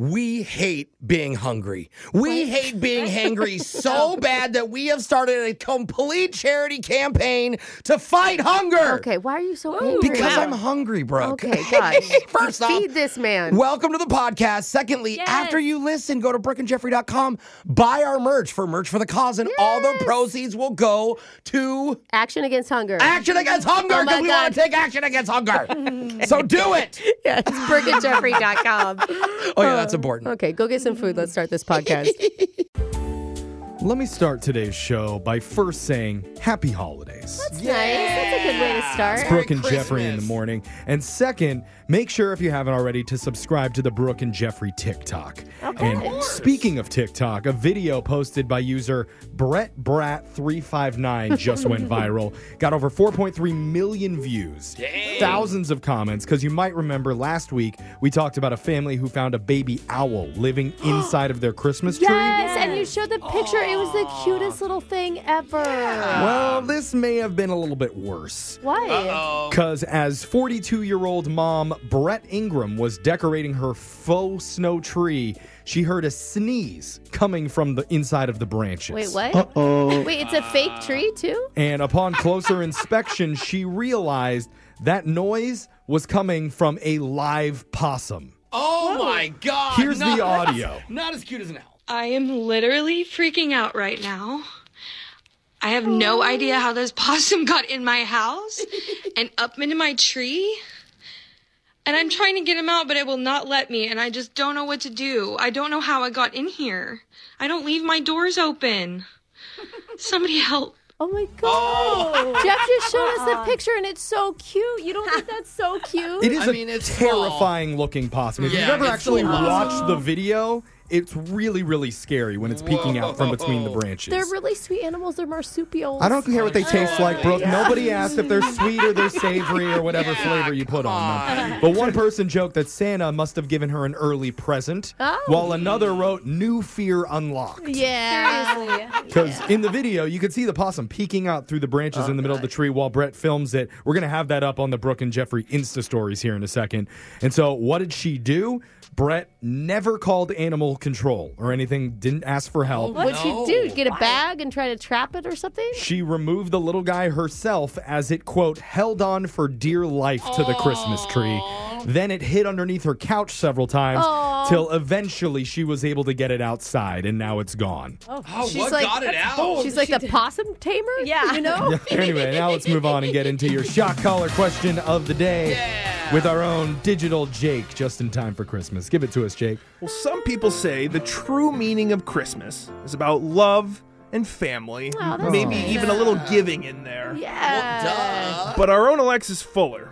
We hate being hungry. We hate being hangry so bad that we have started a complete charity campaign to fight hunger. Okay, why are you so angry? Because I'm hungry, Brooke. Okay, gosh. First off, Feed this man. Welcome to the podcast. Secondly, Yes. after you listen, go to brookandjeffrey.com, buy our merch for merch for the cause, and all the proceeds will go to Action against hunger. action against hunger Oh because my we want to God. take action against hunger. so do it. Yeah, it's BrickandJeffrey.com. Oh yeah, that's important. Um, okay, go get some food. Let's start this podcast. Let me start today's show by first saying happy holidays. That's nice. That's a good way to start. Merry Brooke and Jeffrey in the Christmas. morning. And second, make sure if you haven't already to subscribe to the Brooke and Jeffrey TikTok. And speaking of TikTok, a video posted by user Brett Brat 359 just went viral. Got over 4.3 million views. Thousands of comments cuz you might remember last week we talked about a family who found a baby owl living inside of their Christmas tree. Yes, and you showed the picture. It was the cutest little thing ever. Well, this may have been a little bit worse. Why? Because as 42 year old mom Brett Ingram was decorating her faux snow tree, she heard a sneeze coming from the inside of the branches. Wait, what? Wait, it's a fake tree too? And upon closer inspection, she realized that noise was coming from a live possum. Oh my God. Here's the audio. Not as cute as an owl. I am literally freaking out right now. I have Oh. no idea how this possum got in my house and up into my tree. And I'm trying to get him out, but it will not let me. And I just don't know what to do. I don't know how I got in here. I don't leave my doors open. Somebody help. Oh my Oh. Oh. god! Jeff just showed us Uh-uh. the picture, and it's so cute. You don't think that's so cute? It is I a mean, it's terrifying looking possum. If Yeah, you've ever it's actually a possum. watched the video, it's really, really scary when it's peeking out from between the branches. They're really sweet animals. They're marsupials. I don't care what they taste like, Brooke. Nobody asked if they're sweet or they're savory or whatever Yeah, flavor you put come on them. But one person joked that Santa must have given her an early present, Oh. while another wrote, New Fear Unlocked. Oh, Yeah. Because in the video, you could see the possum peeking out through the branches Oh, in the middle of the tree while Brett films it. We're going to have that up on the Brooke and Jeffrey Insta stories here in a second. And so, what did she do? Brett never called animal control or anything, didn't ask for help. What'd she do? Get a bag and try to trap it or something? She removed the little guy herself as it, quote, held on for dear life to the Christmas tree. Then it hid underneath her couch several times till eventually she was able to get it outside and now it's gone. Oh, She's like- She's like the possum tamer. Yeah. You know. anyway, now let's move on and get into your shock collar question of the day with our own digital Jake just in time for Christmas. Give it to us, Jake. Well, some people say the true meaning of Christmas is about love and family, Oh, that's maybe nice. even a little giving in there. Yeah. But our own Alexis Fuller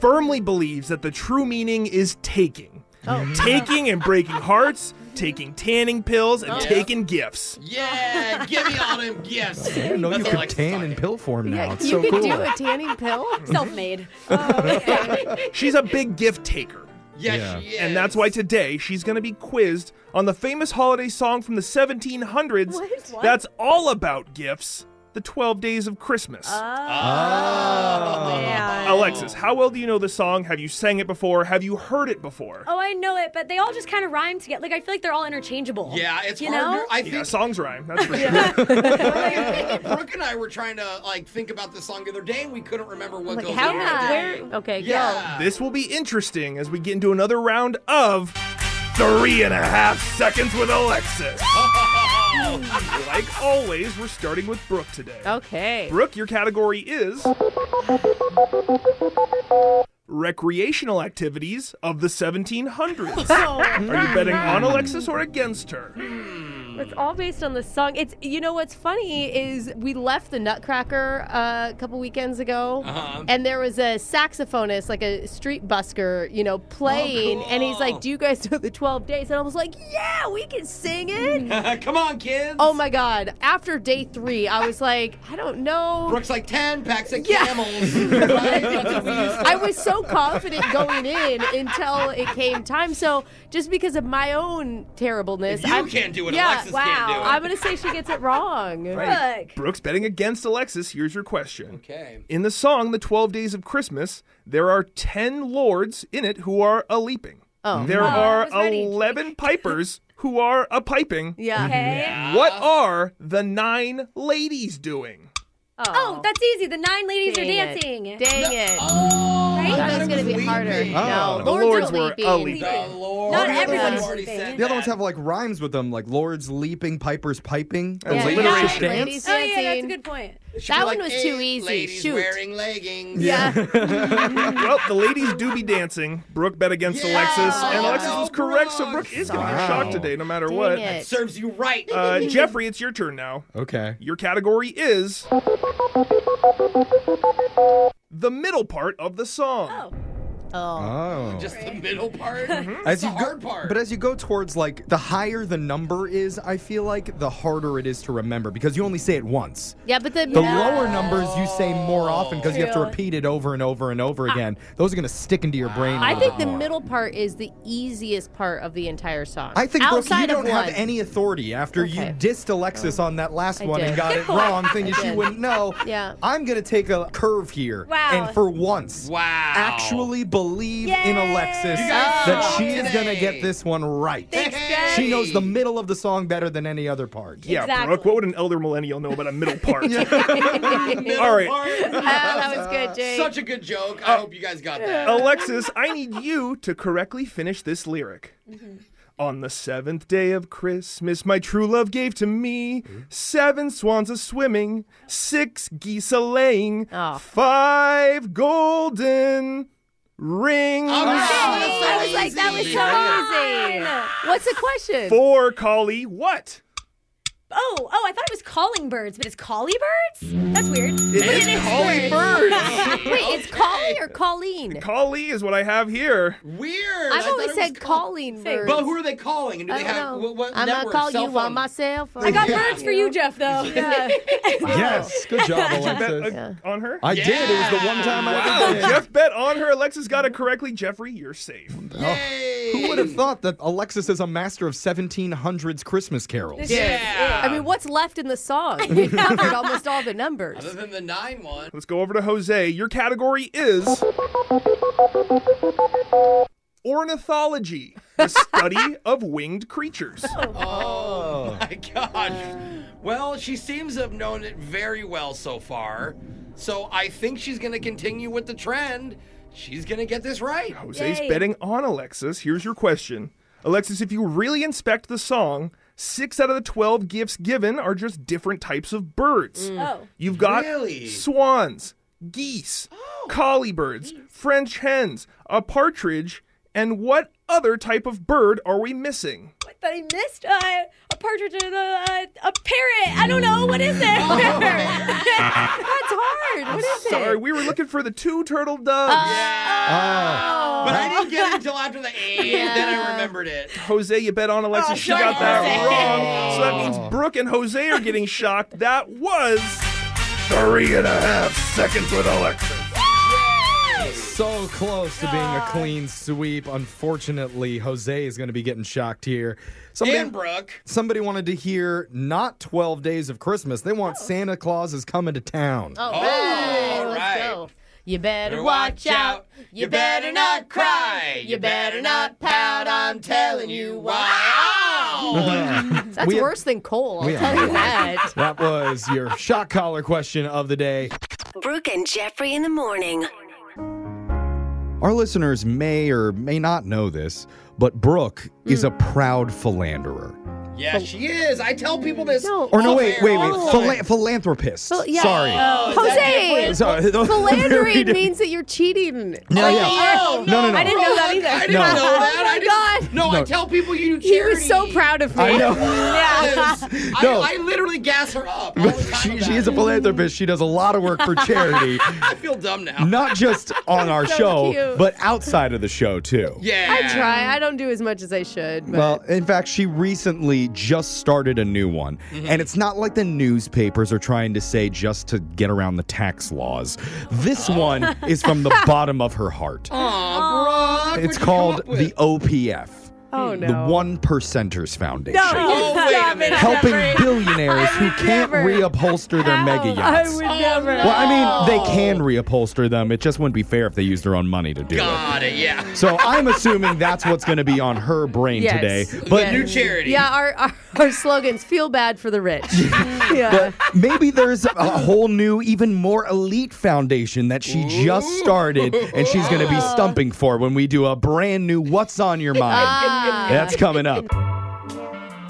firmly believes that the true meaning is taking. Oh. Taking and breaking hearts, taking tanning pills, Oh. and taking gifts. Yeah, give me all them gifts. I didn't know That's you what could Alexis tan thought. in pill form now. Yeah, it's you so could cool. do a tanning pill. Self-made. She's a big gift taker. Yeah, Yeah. she And that's is. why today she's going to be quizzed on the famous holiday song from the 1700s What? that's all about gifts, the 12 days of Christmas. Oh. Alexis, how well do you know the song? Have you sang it before? Have you heard it before? Oh, I know it, but they all just kind of rhyme together. Like I feel like they're all interchangeable. Yeah, it's you hard. know. I think Yeah, songs rhyme. That's for sure. Brooke and I were trying to like think about this song the other day, and we couldn't remember what Like goes how? with Yeah. it. Where? Okay. Go. Yeah. This will be interesting as we get into another round of three and a half seconds with Alexis. like always, we're starting with Brooke today. Okay. Brooke, your category is recreational activities of the 1700s. Are you betting on Alexis or against her? It's all based on the song. It's you know what's funny is we left the Nutcracker uh, a couple weekends ago, Uh-huh. and there was a saxophonist, like a street busker, you Oh, know, playing, and he's like, "Do you guys know the Twelve Days?" And I was like, "Yeah, we can sing it." Come on, kids. oh my god! After day three, I was like, I don't know. Brooke's like ten packs of Yeah. camels. right? That's what we used to- I was so confident going in until it came time. So just because of my own terribleness, If you I'm, can't do it, Yeah, Alexis can't do it. I'm gonna say she gets it wrong. Look. Brooke's betting against Alexis. Here's your question. okay. In the song The 12 Days of Christmas, there are 10 lords in it who are a leaping. Oh. There I are was ready. 11 pipers who are a piping. Mm-hmm. Yeah. Okay. What are the nine ladies doing? Oh, that's easy. The nine ladies Dang are it. dancing. Dang it. Right? I thought it was going to be Leaping. harder. Oh. No. The Lords, Lords were are leaping. a leaping. Leaping. Lord, Not the other everybody's one's already leaping. said The other ones that. have like rhymes with them, like lords leaping, pipers piping. Yeah, The yeah, ladies yeah. just dance. Ladies Oh, yeah, that's a dancing. good point. Should That be one was too eight easy. Ladies Shoot. wearing leggings. Yeah. well, the ladies do be dancing. Brooke bet against Yeah. Alexis, and Oh, Alexis was correct, so Brooke. Brooke is going to be Wow. shocked today, no matter Dang what. it. Serves you right. Uh, Jeffrey, it's your turn now. Okay. Your category is the middle part of the song. Oh. Oh. Just the middle part. as Mm-hmm. the you go, hard part. but as you go towards like the higher the number is, I feel like the harder it is to remember because you only say it once. Yeah, but the, The lower numbers you say more often because you have to True. Ah. repeat it over and over and over again. Those are going to stick into your brain. a I little think bit the more. middle part is the easiest part of the entire song. I think Brooke, you outside don't of have one. any authority after you Okay. dissed Alexis on that last I one and did. got it wrong, thinking I she did. wouldn't know. Yeah. I'm gonna take a curve here. Wow. And for once, wow. actually believe in Yay. Alexis You guys that suck she is gonna today. get this one right. Hey. She knows the middle of the song better than any other part. Yeah, Exactly. Brooke, what would an elder millennial know about a middle part? Middle All right. Uh, Ah, part. that was good, Jake. Such a good joke. I hope you guys got that. Alexis, I need you to correctly finish this lyric. Mm-hmm. On the seventh day of Christmas, my true love gave to me seven swans a swimming, six geese a laying, Oh. five golden rings, I was like, Oh that was so easy. What's the question? four collie what? Oh, oh, I thought it was calling birds, but it's collie birds? That's weird. It is collie birds. Wait, it's Colleen or Colleen? collie is what I have here. Weird. I I've always thought it was said called- Colleen Same. birds. But who are they calling? And do I they don't have know. what, what I'm network? gonna call Cell you phone? on my cell phone. I got Yeah. birds for you, Jeff, though. Yes. Good job, Bet, uh, Alexis. On her? I did. It was the one time I ever did. Jeff bet on her. Alexis got it correctly. Jeffrey, you're safe. Yay. Who would have thought that Alexis is a master of 1700s Christmas carols? Yeah. I mean, what's left in the song? We covered almost all the numbers. Other than the nine one. Let's go over to Jose. Your category is ornithology, the study of winged creatures. Oh, my gosh. Well, she seems to have known it very well so far. So I think she's going to continue with the trend. She's going to get this right. Jose's Yay. betting on Alexis. Here's your question Alexis, if you really inspect the song, six out of the 12 gifts given are just different types of birds. Oh. You've got Really? Oh. swans, geese, collie birds, French hens, a partridge, and what other type of bird are we missing? I thought I missed uh, a partridge and a, a, a parrot. I don't know. What is it? Oh. That's hard. What is Sorry, it? we were looking for the two turtle doves. Yeah. Oh. But I didn't get it until after the eight. Then I remembered it. Jose, you bet on Alexis. she darn got that Jose. wrong. So that means Brooke and Jose are getting shocked. That was three and a half seconds with Alexis. So close to being a clean sweep. Unfortunately, Jose is going to be getting shocked here. Somebody, Dan Brooke. somebody wanted to hear not 12 days of Christmas. They want Oh. Santa Claus is coming to town. All All right, Oh, right. Oh, let's go. You better watch out. You better not cry. You better not pout. I'm telling you why. That's We- worse than Cole. I'll we- tell you that. That was your shock collar question of the day. Brooke and Jeffrey in the morning. Our listeners may or may not know this, but Brooke is a Hmm. proud philanderer. Yeah, she is. I tell people this. No. Or no, off wait, air wait, all wait. the time. Phila- philanthropist. Phil- yeah. Sorry. Oh, Jose, Sorry. philandering means that you're cheating. No, yeah. Oh, No, no, no. I didn't know that I either. didn't No. know that. Oh my I didn't- God. No, I No. tell people you do He charity. was so proud of me. I know. I, No. I literally gas her up. All the time she, about she is a it. philanthropist. She does a lot of work for charity, I feel dumb now. not just on our So show, cute. but outside of the show too. Yeah. I try. I don't do as much as I should. But. Well, in fact, she recently just started a new one. And it's not like the newspapers are trying to say just to get around the tax laws. This one is from the bottom of her heart. Aw, Brock, It's what'd you come called up with? the OPF. oh Oh, no. the One Percenters Foundation. No, Oh, wait a stop it. minute. Helping Jeffrey. billionaires who can't never. reupholster their mega Ow. yachts. I would Oh, never. no. Well, I mean, Oh. they can reupholster them. It just wouldn't be fair if they used their own money to do it. Got it. Yeah. So I'm assuming that's what's going to be on her brain Yes. today. But New charity. Yeah, our, our, our slogan's feel bad for the rich. yeah. maybe there's a whole new, even more elite foundation that she just started and she's going to be stumping for when we do a brand new What's on Your Mind. Ah. That's coming up.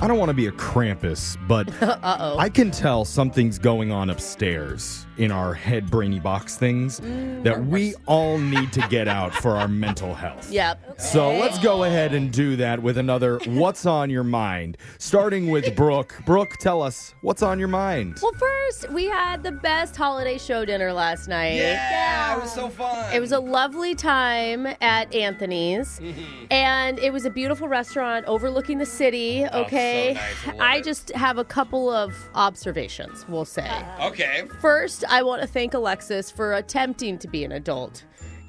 I don't want to be a Krampus, but I can tell something's going on upstairs in our head brainy box things Mm. that we all need to get out for our mental health. Yep. So let's go ahead and do that with another What's on Your Mind, starting with Brooke. Brooke, tell us what's on your mind. Well, first, we had the best holiday show dinner last night. Yeah, it was so fun. It was a lovely time at Anthony's, Mm-hmm. and it was a beautiful restaurant overlooking the city. Okay, so nice. I love I it. just have a couple of observations. We'll say okay. first, I want to thank Alexis for attempting to be an adult,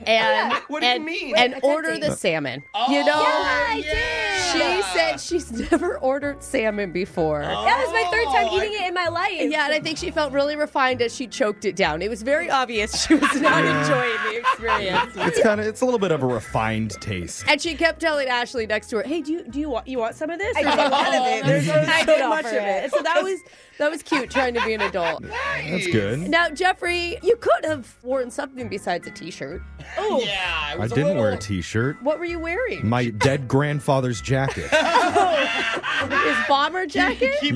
and Oh, What do you and- mean? and Attempting. order the salmon. Oh, you know, yeah, she said she's never ordered salmon before. That was my third time Oh, I- eating it in my life. Yeah, and I think she felt really refined as she choked it down. It was very obvious she was not enjoying the experience. It's kind of it's a little bit of a refined taste. And she kept telling Ashley next to her, "Hey, do you do you want you want some of this?" I did none of it. There's There's I did so much of offer it. So that was that was cute trying to be an adult. That's good. Now, Jeffrey, you could have worn something besides a t-shirt. Oh, Yeah, it I was a didn't wear a little- t-shirt. what were you wearing? My dead grandfather's jacket. His bomber jacket? Keep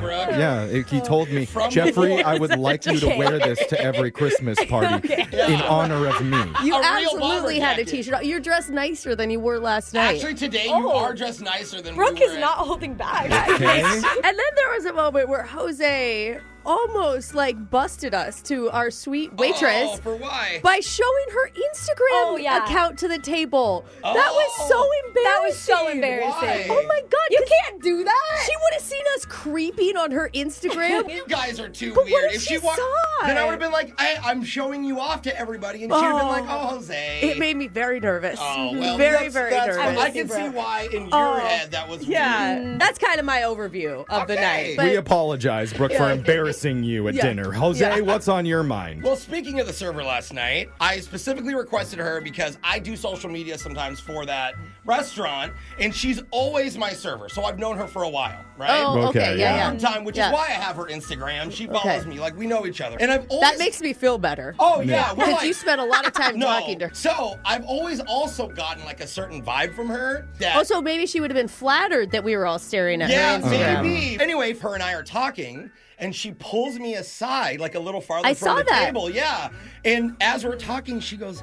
going, Brooke. yeah. it- he told me, From Jeffrey, the I would like you to wear this to every Christmas party in honor of me. You A real bomber absolutely had a jacket. t-shirt. on. You're dressed nicer than you were last night. Actually, today you Oh. are dressed nicer than Brooke we were is at- not holding back. Okay. And then there was a moment where Jose almost like busted us to our sweet waitress Oh, for why? by showing her Instagram Oh, yeah. account to the table. That was so embarrassing. That was so embarrassing. Oh. Why? Oh my god, You 'cause can't do that. She would have seen us creeping on her Instagram. you guys are too But what weird. if she she walked, saw then I it? would have been like, I, I'm showing you off to everybody, and she'd have been Oh. like, Oh, Jose. it made me very nervous. Mm-hmm. Oh, well, very, that's- very that's fine. nervous. Oh, I can see why in your head that was yeah, weird. that's kind of my overview of the Okay. night. We But We apologize, Brooke, for embarrassing you at Yeah. dinner. Jose, Yeah. what's on your mind? Well, speaking of the server last night, I specifically requested her because I do social media sometimes for that restaurant, and she's always my server. So I've known her for a while, right? oh, okay, Okay, yeah, yeah. yeah. Long time, which Yeah. is why I have her Instagram. She follows Okay. me, like we know each other, and I've always That makes me feel better. Oh yeah, we're Because like- you spent a lot of time no. talking to her. So I've always also gotten like a certain vibe from her that Also, maybe she would have been flattered that we were all staring at yeah, her Instagram. maybe. Anyway, her and I are talking, and she pulls me aside like a little farther I from saw the that. table. Yeah, and as we're talking, she goes,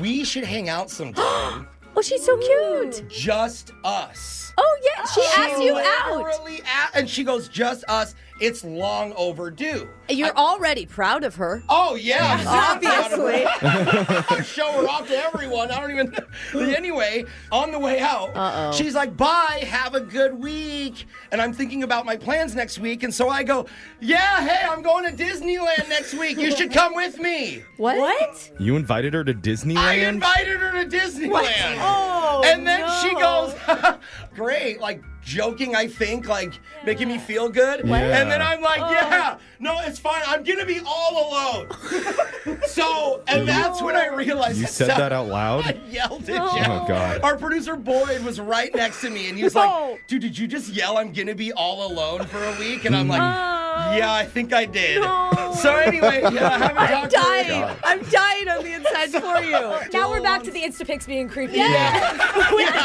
"We should hang out sometime, Oh, she's so cute. just us." Oh yeah, she She asked you out. literally a- and she goes, "Just us. It's long overdue." You're already proud of her. Oh yeah, I'm so proud of her. Obviously. show her off to everyone. I don't even. anyway, on the way out, she's like, "Bye, have a good week." And I'm thinking about my plans next week, and so I go, "Yeah, hey, I'm going to Disneyland next week. You should come with me." What? what? You invited her to I Disneyland? invited her to Disneyland. Oh, and then no. she goes, "Great!" Like joking, I think, like making me feel good. Yeah. And then I'm like, "Yeah, no, it's fine. I'm gonna be all alone." so, and that's when I realized you it said sounded- that out I loud? yelled at you. Oh, God. Our producer Boyd was right next to me, and he was No. like, "Dude, did you just yell? I'm gonna be all alone for a week." And I'm like, "Yeah, I think I did." So anyway, yeah, I haven't I'm talked to her. dying. I'm dying on the inside for you. Now we're back to the Insta pics being creepy. Yeah.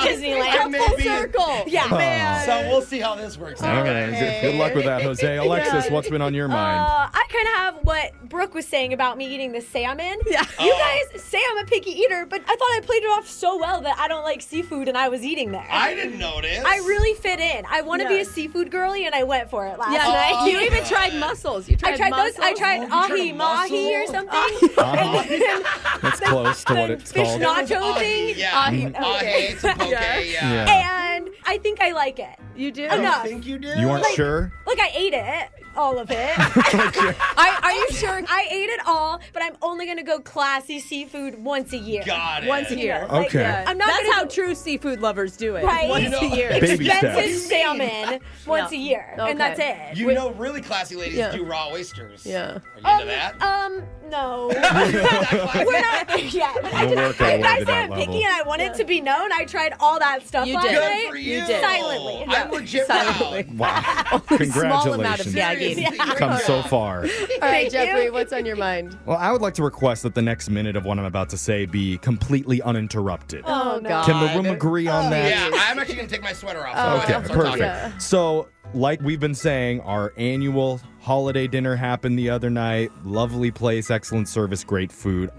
Disneyland. Maybe. Full circle. Oh. Yeah. So we'll see how this works out. All right. Good luck with that, Jose. Alexis, what's been on your mind? Uh, I kind of have what Brooke was saying about me eating the salmon. Yeah. You Oh. guys say I'm a picky eater, but I thought I played it off so well that I don't like seafood and I was eating there. I didn't notice. I really fit in. I want to be Yeah. a seafood girlie, and I went for it last Yeah, night. you even tried muscles. You tried, I tried those. I mussels. tried Oh, you ahi tried a mahi or mussel? something. Uh, That's close to what the it's fish called. nacho Ahi, thing. Yeah. Ahi, Ahi, okay. it's a poke, yeah. Yeah. And I think I like it. You do? I Enough. don't think you do. You aren't sure? Look, I ate it, all of it. I, are you sure? I ate it all, but I'm only gonna go classy seafood once a year. Got it. Once a year. Um, Okay. I'm not That's gonna how go- true seafood lovers do it. Right? Once No. a year. Baby Expensive steps. salmon once Yeah. a year, and Okay. that's it. You know, really classy ladies Yeah. do raw oysters. Yeah. Are you into that? Um, no. We're We're not. Yeah, but I We'll just, work our if way I to say that I'm picky level. and I want it to be known, I tried all that stuff You last did. night. Good for you. You did. Silently. I'm legit Silently. proud. Wow. Small amount of Congratulations. gagging. Seriously, You've great Come so job. far. All right, Thank Jeffrey, you. what's on your mind? Well, I would like to request that the next minute of what I'm about to say be completely uninterrupted. Oh, God. Oh, Can the room agree on that? Yeah, I'm actually gonna take my sweater off. So go Okay, ahead, start talking. perfect. Yeah. So, like we've been saying, our annual holiday dinner happened the other night. Lovely place, excellent service, great food.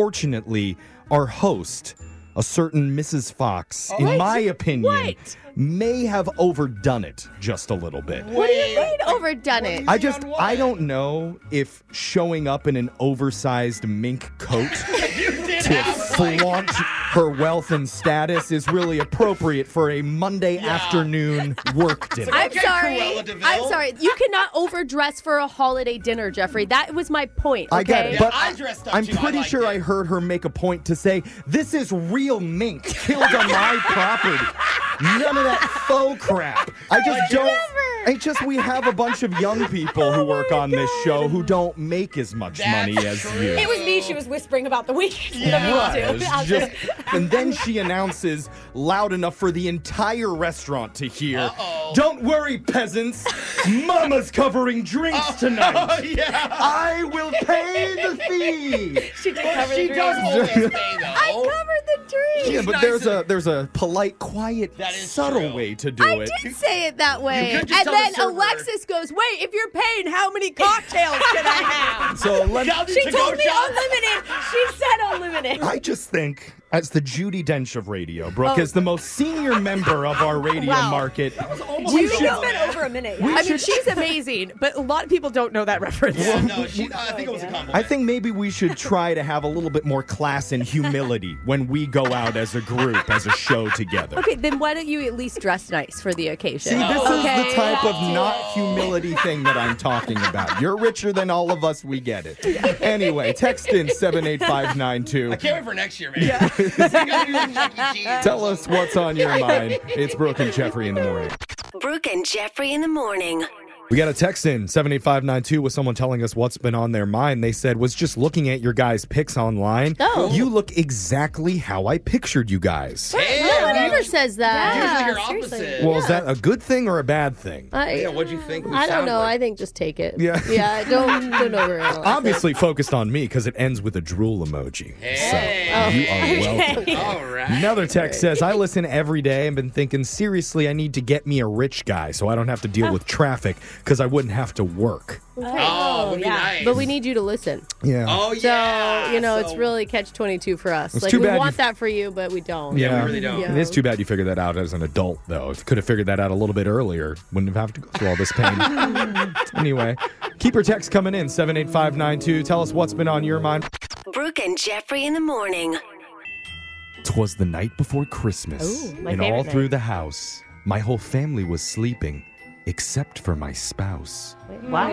Unfortunately, our host, a certain Mrs. Fox, in my opinion, may have overdone it just a little bit. What do you You'd overdone it. I just on what? I don't know if showing up in an oversized mink coat did to have flaunt her wealth and status is really appropriate for a Monday afternoon work dinner. I'm Okay, Cruella sorry. de Vil. I'm sorry. You cannot overdress for a holiday dinner, Jeffrey. That was my point. Okay? I get it, Yeah, but I dressed up I'm too. I pretty liked sure it. I heard her make a point to say, "This is real mink killed on my property." None of that faux crap. I just don't. It's just we have a bunch of young people who work on this show who don't make as much Oh That's money as true. you. It was me she was whispering about the week. It was just- and then she announces loud enough for the entire restaurant to hear. Uh-oh. Don't worry, peasants. Mama's covering drinks tonight. Oh, yeah. I will pay the fee. she did cover She the does dream. always pay though. covered the dream. Yeah, She's but nice there's and- a there's a polite, quiet, That is subtle true. way to do I it. did say it that way. could just and tell the then server. Alexis goes, wait, if you're paying, how many cocktails can I have? So let Now the She to-go told me shot- unlimited. She said unlimited. I just think, as the Judy Dench of radio, Brooke is the most senior member of our radio Wow. market. Almost We like should- a It's been over a minute. We yeah. I mean, should- she's amazing, but a lot of people don't know that reference. Yeah, no, she, uh, I think it was a compliment. I think maybe we should try to have a little bit more class and humility when we go out as a group, as a show together. Okay, then why don't you at least dress nice for the occasion? See, this Oh, okay? is the type of not humility thing that I'm talking about. You're richer than all of us, we get it. Anyway, uh, text in 78592. I can't wait for next year, man. Yeah. Chuck E. Cheese. Tell us what's on your mind. It's Brooke and Jeffrey in the morning. Brooke and Jeffrey in the morning. We got a text in 78592 with someone telling us what's been on their mind. They said, was just looking at your guys' pics online. Oh. You look exactly how I pictured you guys. Hey, No one we- ever says that. Usually your seriously. opposite. Well, is that a good thing or a bad thing? I, yeah, what'd you think? We I don't sound know. Like? I think just take it. Yeah. Yeah, don't, don't overanalyze. Obviously focused on me because it ends with a drool emoji. Hey. So you are welcome. All right. Another text says, I listen every day and been thinking, seriously, I need to get me a rich guy so I don't have to deal with traffic because I wouldn't have to work. Oh, would be yeah. nice. But we need you to listen. Yeah. Oh So, yeah. you know, it's So- really catch 22 for us. like, too we bad want you- that for you, but we don't. we really don't. It is too bad you figured that out as an adult, though. If you could have figured that out a little bit earlier, wouldn't have to go through all this pain. anyway, keep your text coming in 78592. Tell us what's been on your mind. Brooke and Jeffrey in the morning. Twas the night before Christmas, Ooh, my and favorite all through night. the house, my whole family was sleeping, except for my spouse. Wow.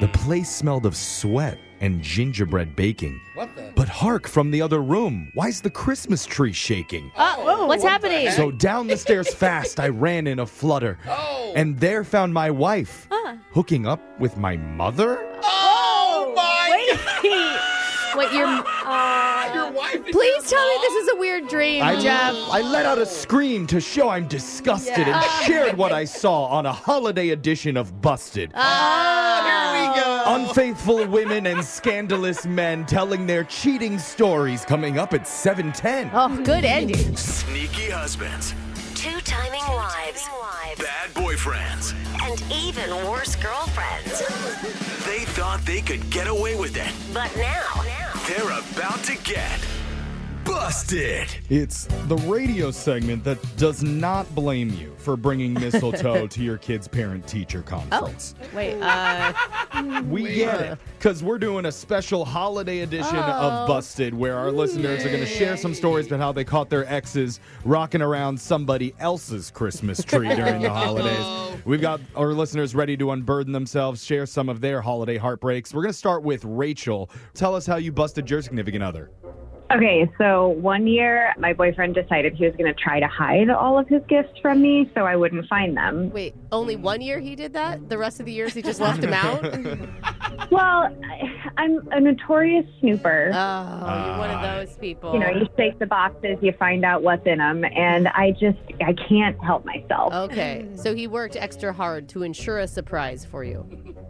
The place smelled of sweat and gingerbread baking. What the? But hark from the other room. Why's the Christmas tree shaking? Oh, What's happening? So down the stairs fast, I ran in a flutter. Oh. And there found my wife hooking up with my mother? Oh my Wait. Wait, you're. God! Your wife. and your uh, Please tell me mom? this is a weird dream, I, Jeff. I let out a scream to show I'm disgusted and shared what I saw on a holiday edition of Busted. Uh, Here Oh, we go. Unfaithful women and scandalous men telling their cheating stories coming up at 710. Oh, good ending. Sneaky husbands, Two timing wives. bad boyfriends. And even worse girlfriends. They thought they could get away with it. But now, now They're about to get busted. Busted. It's the radio segment that does not blame you for bringing mistletoe to your kid's parent teacher Oh. conference. Wait, uh, we get it because we're doing a special holiday edition Oh. of Busted where our listeners are going to share some stories about how they caught their exes rocking around somebody else's Christmas tree during the Oh. holidays. We've got our listeners ready to unburden themselves, share some of their holiday heartbreaks. We're going to start with Rachel. Tell us how you busted your significant other. Okay, so one year my boyfriend decided he was going to try to hide all of his gifts from me so I wouldn't find them. wait, only one year he did that? The rest of the years he just left him out? Oh, Well, I- I'm a notorious snooper. Oh, Ah. you're one of those people. you know, you shake the boxes, you find out what's in them, and I just I can't help myself. Okay, so he worked extra hard to ensure a surprise for you.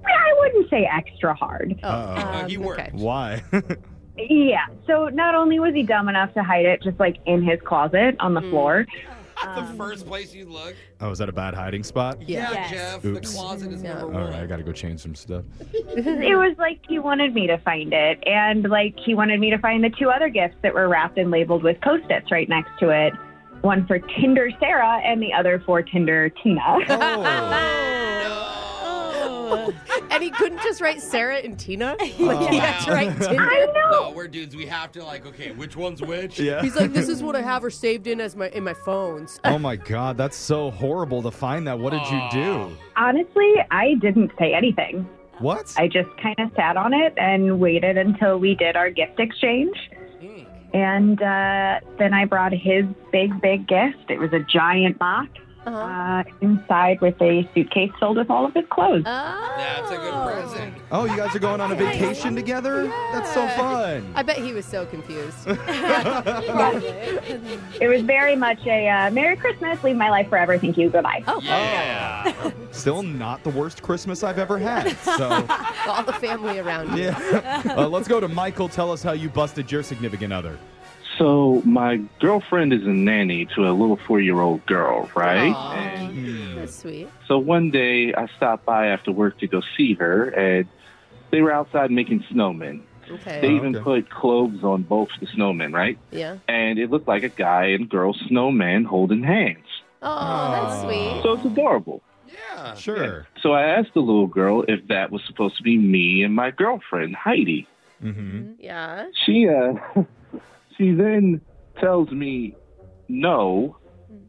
I wouldn't say extra hard. Uh, he worked. Oh, um, Okay. Why? Yeah. So not only was he dumb enough to hide it just like in his closet on Hmm. the floor, Um, the first place you look. oh, is that a bad hiding spot? Yeah, Yes. Jeff. Oops. The closet is number All one. right, I got to go change some stuff. it was like he wanted me to find it and like he wanted me to find the two other gifts that were wrapped and labeled with post-its right next to it. One for Tinder Sarah and the other for Tinder Tina. Oh. and he couldn't just write Sarah and Tina. Like he had to write Tinder. No, we're dudes. We have to like, okay, which one's which? Yeah. He's like, this is what I have her saved in as my in my phones. Oh my God, that's so horrible to find that. What did you do? Honestly, I didn't say anything. What? I just kind of sat on it and waited until we did our gift exchange. And uh, then I brought his big, big gift. It was a giant box uh, inside with a suitcase filled with all of his clothes. That's a good present. Oh, you guys are going on a vacation together? That's so fun. I bet he was so confused. it was very much a uh, Merry Christmas, leave my life forever, thank you, goodbye. Oh. Oh. Still not the worst Christmas I've ever had. So, All the family around you. yeah. Uh, let's go to Michael. Tell us how you busted your significant other. So my girlfriend is a nanny to a little four-year-old girl, right? Aw. And That's sweet. so one day I stopped by after work to go see her, and they were outside making snowmen. They Okay. even okay. put clothes on both the snowmen, right? Yeah. And it looked like a guy and girl snowman holding hands. Oh, that's sweet. So it's adorable. Yeah. Sure. So I asked the little girl if that was supposed to be me and my girlfriend Heidi. Mm-hmm. Yeah. She uh, she then tells me, no,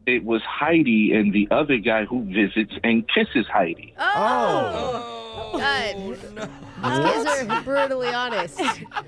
it was Heidi and the other guy who visits and kisses Heidi. Oh. Oh, God. no. These kids are brutally honest.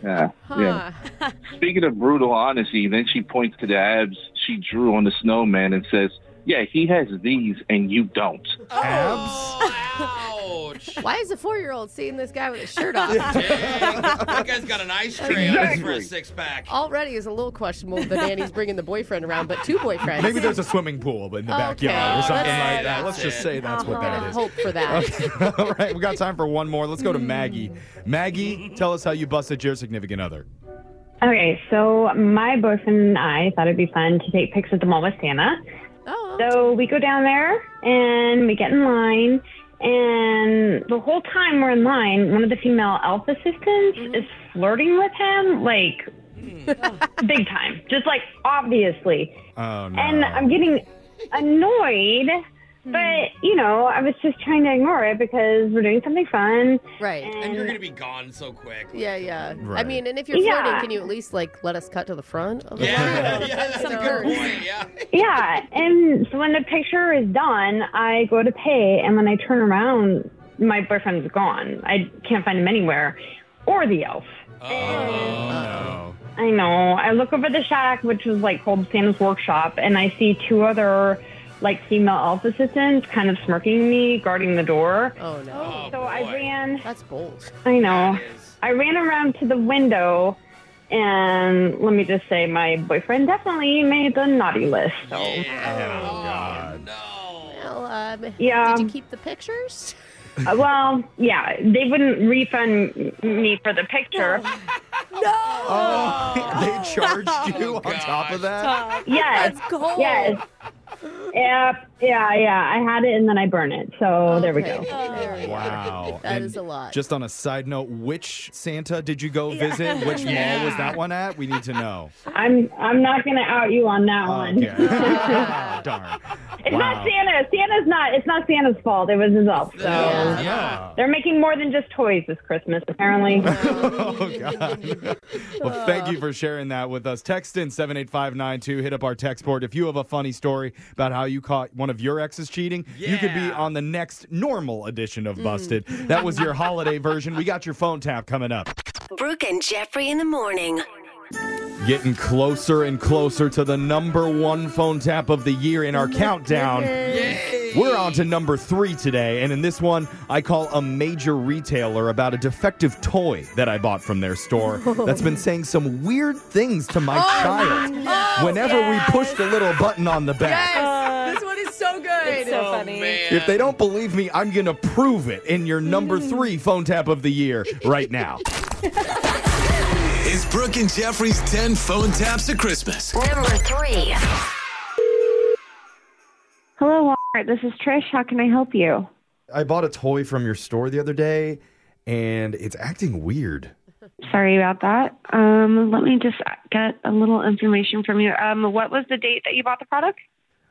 Yeah, yeah. Huh. Speaking of brutal honesty, then she points to the abs she drew on the snowman and says, "Yeah, he has these and you don't." Abs? Oh, ouch. Why is a four year old seeing this guy with his shirt off? Dang. That guy's got an ice tray on his for a Exactly. six pack. Already is a little questionable that Annie's bringing the boyfriend around, but two boyfriends. Maybe there's a swimming pool in the Okay. backyard or Oh, something that's- like that. that's Let's just it. say that's what I that is. hope for that. All right, we got time for one more. Let's go to Maggie. Maggie, tell us how you busted your significant other. Okay, so my boyfriend and I thought it'd be fun to take pics at the mall with Santa. Oh. So we go down there and we get in line. And the whole time we're in line, one of the female elf assistants Mm-hmm. is flirting with him, like Mm. big time, just like obviously. Oh, no. And I'm getting annoyed, Hmm. but you know, I was just trying to ignore it because we're doing something fun. Right. And you're going to be gone so quick. Yeah, yeah. I Right. mean, and if you're Yeah. flirting, can you at least like let us cut to the front? Of the Yeah, photo? yeah, that's a good Sometimes. point. Yeah. Yeah, and so when the picture is done, I go to pay, and when I turn around, my boyfriend's gone. I can't find him anywhere, or the elf. Oh, no. I know. I look over the shack, which was like called Santa's workshop, and I see two other like female elf assistants kind of smirking me, guarding the door. Oh no, Oh, so I boy. ran. that's bold. I know. That is- I ran around to the window, and let me just say, my boyfriend definitely made the naughty list. So. Yeah. Oh, God. No. Well, um, Yeah. Did you keep the pictures? Uh, Well, yeah, they wouldn't refund m- me for the picture. Oh, they charged you Oh, on top of gosh. that? Yes, It's cold. yes. Yep, Yeah, yeah. I had it and then I burn it. So there we go. Wow. That And is a lot. Just on a side note, which Santa did you go visit? Which mall was that one at? We need to know. I'm I'm not gonna out you on that one. Okay. Oh, darn. It's Wow. not Santa. Santa's not. It's not Santa's fault. It was his elf. So Yeah. Yeah. they're making more than just toys this Christmas. Apparently. Oh, God. well, thank you for sharing that with us. Text in 78592. Hit up our text board. If you have a funny story about how you caught one of your exes cheating, you could be Yeah. on the next normal edition of Busted. That was your holiday version. We got your phone tap coming up. Brooke and Jeffrey in the morning. Getting closer and closer to the number one phone tap of the year in our countdown. We're on to number three today, and in this one, I call a major retailer about a defective toy that I bought from their store that's been saying some weird things to my child whenever we push the little button on the back. Yes, this one is so good. Oh, So funny. If they don't believe me, I'm going to prove it in your number three phone tap of the year right now. It's Brooke and Jeffrey's 10 phone taps of Christmas. Number three. Hello, Walmart. This is Trish. How can I help you? I bought a toy from your store the other day, and it's acting weird. Sorry about that. Um, let me just get a little information from you. Um, what was the date that you bought the product?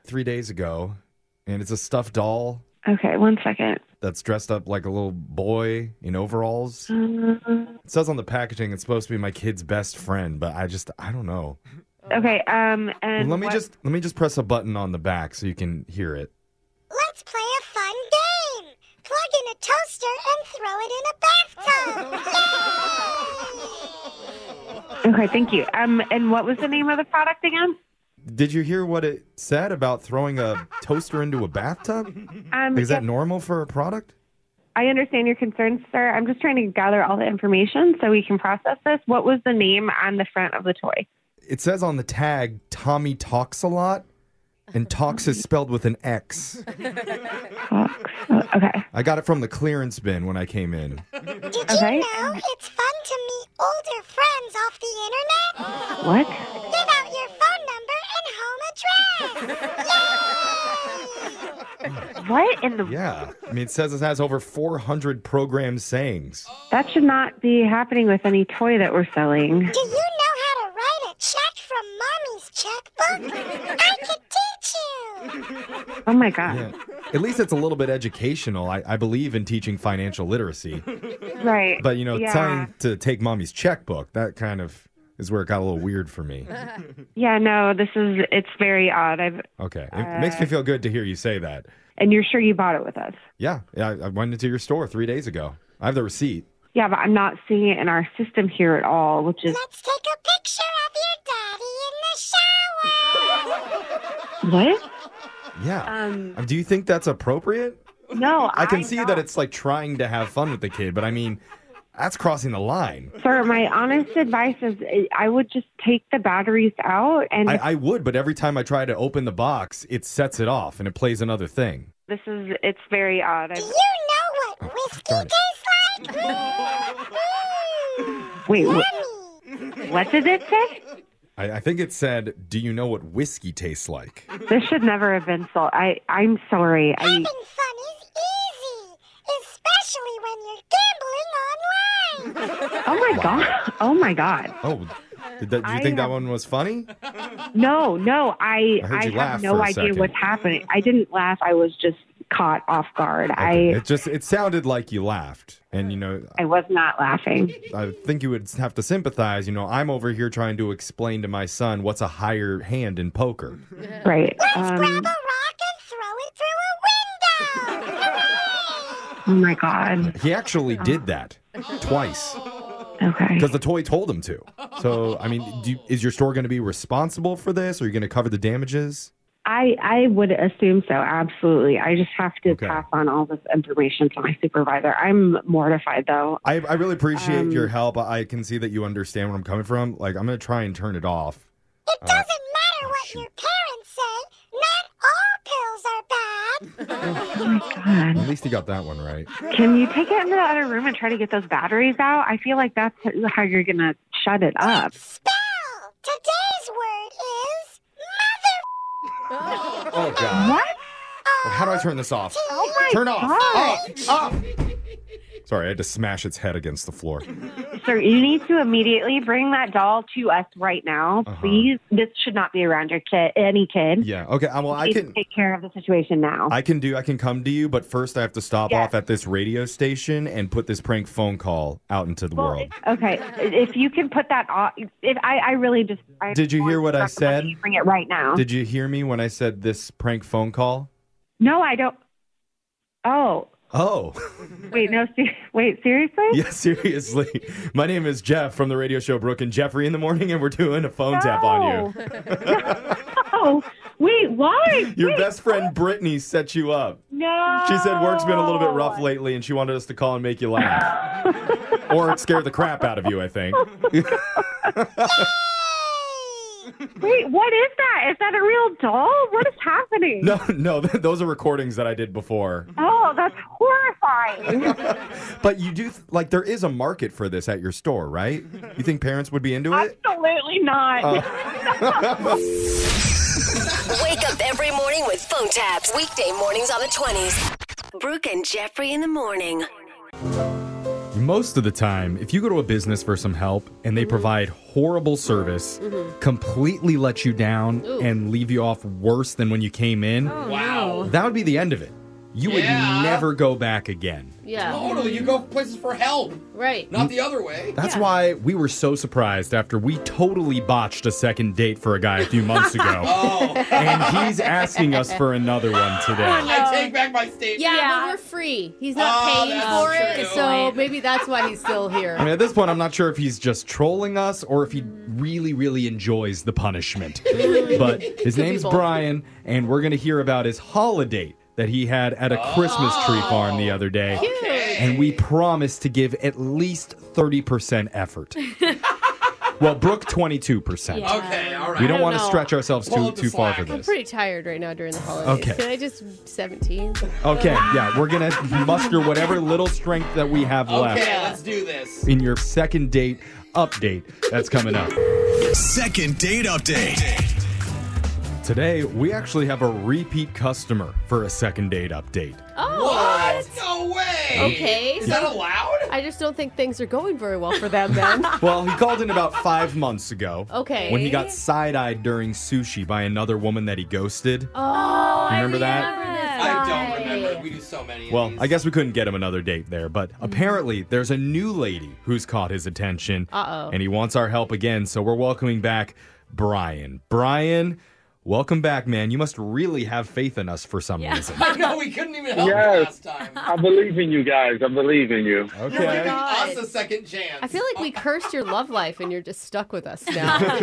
Three days ago, and it's a stuffed doll Okay, one second. that's dressed up like a little boy in overalls. Um, It says on the packaging it's supposed to be my kid's best friend, but I just I don't know. okay. Um, and let me what- just let me just press a button on the back so you can hear it. Let's play a fun game. Plug in a toaster and throw it in a bathtub. Okay, thank you. Um, and what was the name of the product again? Did you hear what it said about throwing a toaster into a bathtub? Um, Is that yes, normal for a product? I understand your concerns, sir. I'm just trying to gather all the information so we can process this. What was the name on the front of the toy? It says on the tag Tommy talks a lot, and talks is spelled with an X. Fox. Uh, Okay. I got it from the clearance bin when I came in. Did Okay. you know it's fun to meet older friends off the internet? What? Give out your phone number and home address. What in the? Yeah. I mean, it says it has over 400 programmed sayings. That should not be happening with any toy that we're selling. Do you know how to write a check from mommy's checkbook? I could teach you. Um. Oh my god. Yeah. At least it's a little bit educational. I, I believe in teaching financial literacy. Right. But, you know, yeah. telling to take mommy's checkbook, that kind of is where it got a little weird for me. Yeah. No, this is. It's very odd. I've. Okay. It Uh, makes me feel good to hear you say that. And you're sure you bought it with us? Yeah. yeah I, I went into your store three days ago. I have the receipt. Yeah, but I'm not seeing it in our system here at all, which is Let's take a picture of your daddy in the shower. what? Yeah. Um, Do you think that's appropriate? No, I can see that it's like trying to have fun with the kid, but I mean, that's crossing the line. Sir, my honest advice is eh, I would just take the batteries out, and I, I would, but every time I try to open the box, it sets it off and it plays another thing. this is it's very odd. I, Do you know what whiskey darn it. tastes like? Mm, wait, wh- yummy. what did it say? I, I think it said, Do you know what whiskey tastes like? This should never have been sold. I I'm sorry. I Having fun is easy, especially when you're gambling online. oh my god, oh my god. Oh, did that, do you I think that have- one was funny? No, no, I I heard you I, laugh have no for a idea second. what's happening. I didn't laugh. I was just caught off guard. I It just it sounded like you laughed. And, you know, I was not laughing. I think you would have to sympathize. You know, I'm over here trying to explain to my son what's a higher hand in poker. Right. Let's grab Um, a rock and throw it through a window. oh my god. He actually did that twice. Okay. Because the toy told him to. So, I mean, do you, is your store going to be responsible for this? Are you going to cover the damages? I, I would assume so, absolutely. I just have to Okay. pass on all this information to my supervisor. I'm mortified though. I, I really appreciate Um, your help. I can see that you understand where I'm coming from. Like, I'm going to try and turn it off. Uh, It doesn't matter what your parents say. Not all pills are bad. Oh At least you got that one right. Oh, Can you take it into the other room and try to get those batteries out? I feel like that's how you're going to shut it up. Spell. Today's word is mother. Oh, God. What? A How do I turn this off? Oh my Turn off. God. Off. Off. Sorry, I had to smash its head against the floor. Sir, you need to immediately bring that doll to us right now, please. This should not be around your kid, any kid. Uh-huh. Yeah. Okay. uh, Well, I Please can. take care of the situation now. I can do. I can come to you, but first I have to stop Yeah. off at this radio station and put this prank phone call out into the world. okay, if you can put that off, if I, I really just, I Did you hear what I said? bring it right now. Did you hear me when I said this prank phone call? No, I don't. Oh, Oh, wait, no, se- wait, seriously? yeah, seriously. My name is Jeff from the radio show Brooke and Jeffrey in the morning, and we're doing a phone tap on you. no. Wait, why? Your best friend Brittany set you up. No. She said work's been a little bit Oh. rough lately, and she wanted us to call and make you laugh. or scare the crap out of you, I think. Wait, what is that? Is that a real doll? What is happening? No, no, th- those are recordings that I did before. Oh, that's horrifying. But you do, th- like, there is a market for this at your store, right? You think parents would be into it? Uh, Absolutely not. Uh. Wake up every morning with phone taps. Weekday mornings on the 20s. Brooke and Jeffrey in the morning. Most of the time, if you go to a business for some help and Mm-hmm. they provide horrible service, Mhm. completely let you down, Ooh. and leave you off worse than when you came in, Oh, Wow. that would be the end of it. You Yeah. would never go back again. Yeah. Totally. You go places for help. Right. Not the other way. That's why we were so surprised after we totally botched a second date for a guy a few months ago. Oh. And he's asking us for another one today. I take back my statement. Yeah, but we're free. He's Oh, not paying that's for it, true. so maybe that's why he's still here. I mean, at this point, I'm not sure if he's just trolling us or if he really, really enjoys the punishment. but Could be his name's both. Brian, and we're going to hear about his holiday that he had at a Christmas tree farm the other day. And we promised to give at least 30% effort. well, Brooke, 22%. Yeah. Okay, all We don't, I want to know. stretch ourselves too, too far for I'm this. pretty tired right now during the holidays. Okay. Can I just 17? Okay, yeah, we're going to muster whatever little strength that we have left. Okay, let's do this. in your second date update that's coming up. Second date update. Today, we actually have a repeat customer for a second date update. Oh. What? No way. Okay. Is that allowed? I just don't think things are going very well for them then. Well, he called in about five months ago. Okay. When he got side eyed during sushi by another woman that he ghosted. Oh, You remember that? I don't remember. We do so many. Well, I guess we couldn't get him another date there, but Mm-hmm. apparently there's a new lady who's caught his attention. Uh-oh. And he wants our help again, so we're welcoming back Brian. Brian, welcome back, man. You must really have faith in us for some reason. I know we couldn't even help you last Yes, time. I believe in you guys. I believe in you. You're giving us a second chance. I feel like we cursed your love life and you're just stuck with us now.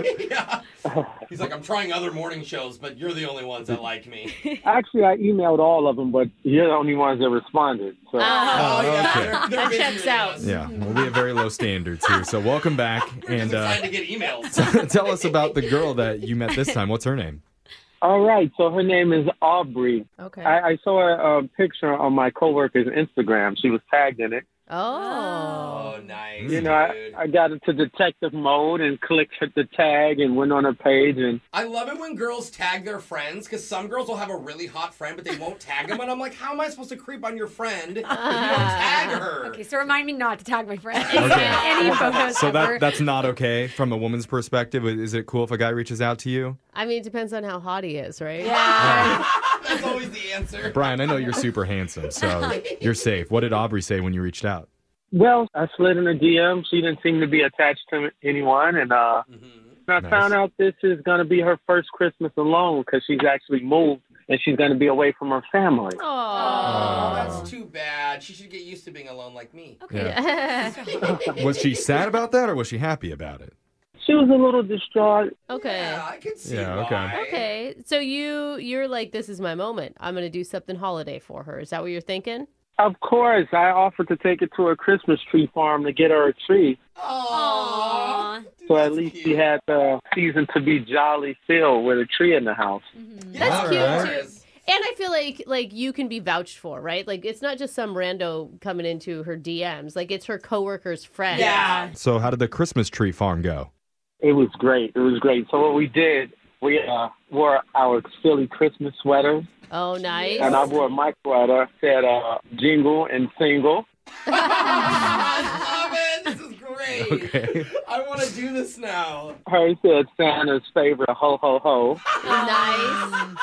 He's like, I'm trying other morning shows, but you're the only ones that like me. Actually, I emailed all of them, but you're the only ones that responded. So. Oh, okay. that checks out. Yeah, well, we have very low standards here. So welcome back, and uh, Trying to get emails. tell us about the girl that you met this time. What's her name? All right. So her name is Aubrey. Okay. I, I saw a, a picture on my coworker's Instagram. She was tagged in it. Oh. Oh, nice. You know, I, I got into detective mode and clicked the tag and went on her page and I love it when girls tag their friends because some girls will have a really hot friend, but they won't tag them. And I'm like, how am I supposed to creep on your friend if you don't tag her? Okay, so remind me not to tag my friend. Any photos So ever. that that's not okay from a woman's perspective. Is it cool if a guy reaches out to you? I mean, it depends on how hot he is, right? That's always the answer. Brian, I know you're super handsome, so you're safe. What did Aubrey say when you reached out? well, I slid in her DM. She didn't seem to be attached to anyone and uh and I Nice. found out this is going to be her first Christmas alone cuz she's actually moved and she's going to be away from her family. Oh, that's too bad. She should get used to being alone like me. Yeah. Was she sad about that, or was she happy about it? She was a little distraught. okay. I could see Yeah, why. okay. Okay. So you you're like, this is my moment. I'm gonna do something holiday for her. Is that what you're thinking? Of course, I offered to take her to a Christmas tree farm to get her a tree. Aww. So at least she had the season to be jolly filled with a tree in the house. That's All cute right. too. And I feel like like you can be vouched for, right? Like it's not just some rando coming into her DMs. Like it's her coworker's friend. Yeah. So how did the Christmas tree farm go? It was great. It was great. So what we did, We uh, wore our silly Christmas sweaters. Oh, nice. And I wore my sweater, said uh, jingle and single. I love it. This is great. Okay. I want to do this now. Hers said Santa's favorite, ho, ho, ho. Nice.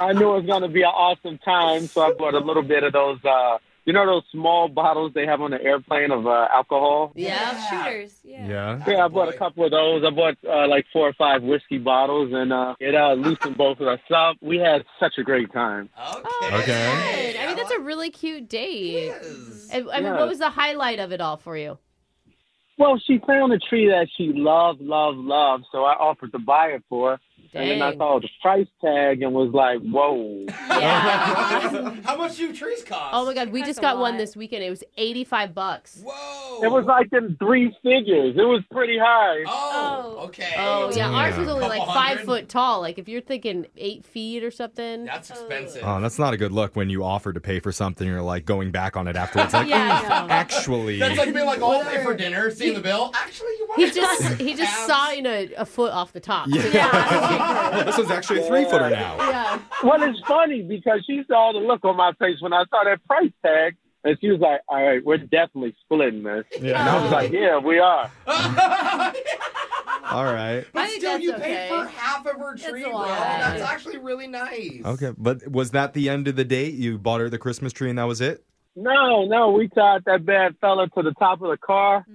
I knew it was going to be an awesome time, so I bought a little bit of those, uh, you know, those small bottles they have on the airplane of uh, alcohol? Yeah. Shooters. Yeah, I bought a couple of those. I bought uh, like four or five whiskey bottles, and uh, it uh, loosened both of us up. We had such a great time. Good. I mean, that's a really cute date. And- I mean, Yeah. what was the highlight of it all for you? Well, she found a tree that she loved, loved, loved, so I offered to buy it for her. And then I Dang. saw the price tag and was like, whoa. How much do trees cost? Oh my God, we just got one this weekend. It was eighty-five bucks. Whoa! It was like in three figures. It was pretty high. Oh, okay. Oh yeah, ours was only like Couple five hundred. foot tall. Like if you're thinking eight feet or something, that's expensive. Oh, that's not a good look when you offer to pay for something. You're like going back on it afterwards. Like, Yeah, I "Ooh, know. actually, That's like being like all day for dinner, seeing the bill. Actually, you want he just he just saw you know a foot off the top. So, yeah. Well, this one's actually a three footer now. yeah. Well, it's funny because she saw the look on my face when I saw that price tag. And she was like, all right, we're definitely splitting this. Yeah. And I was like, yeah, we are. All right. But I think still, that's you okay. paid for half of her tree, bro. That's actually really nice. Okay. But was that the end of the date? You bought her the Christmas tree and that was it? No, no, we tied that bad fella to the top of the car,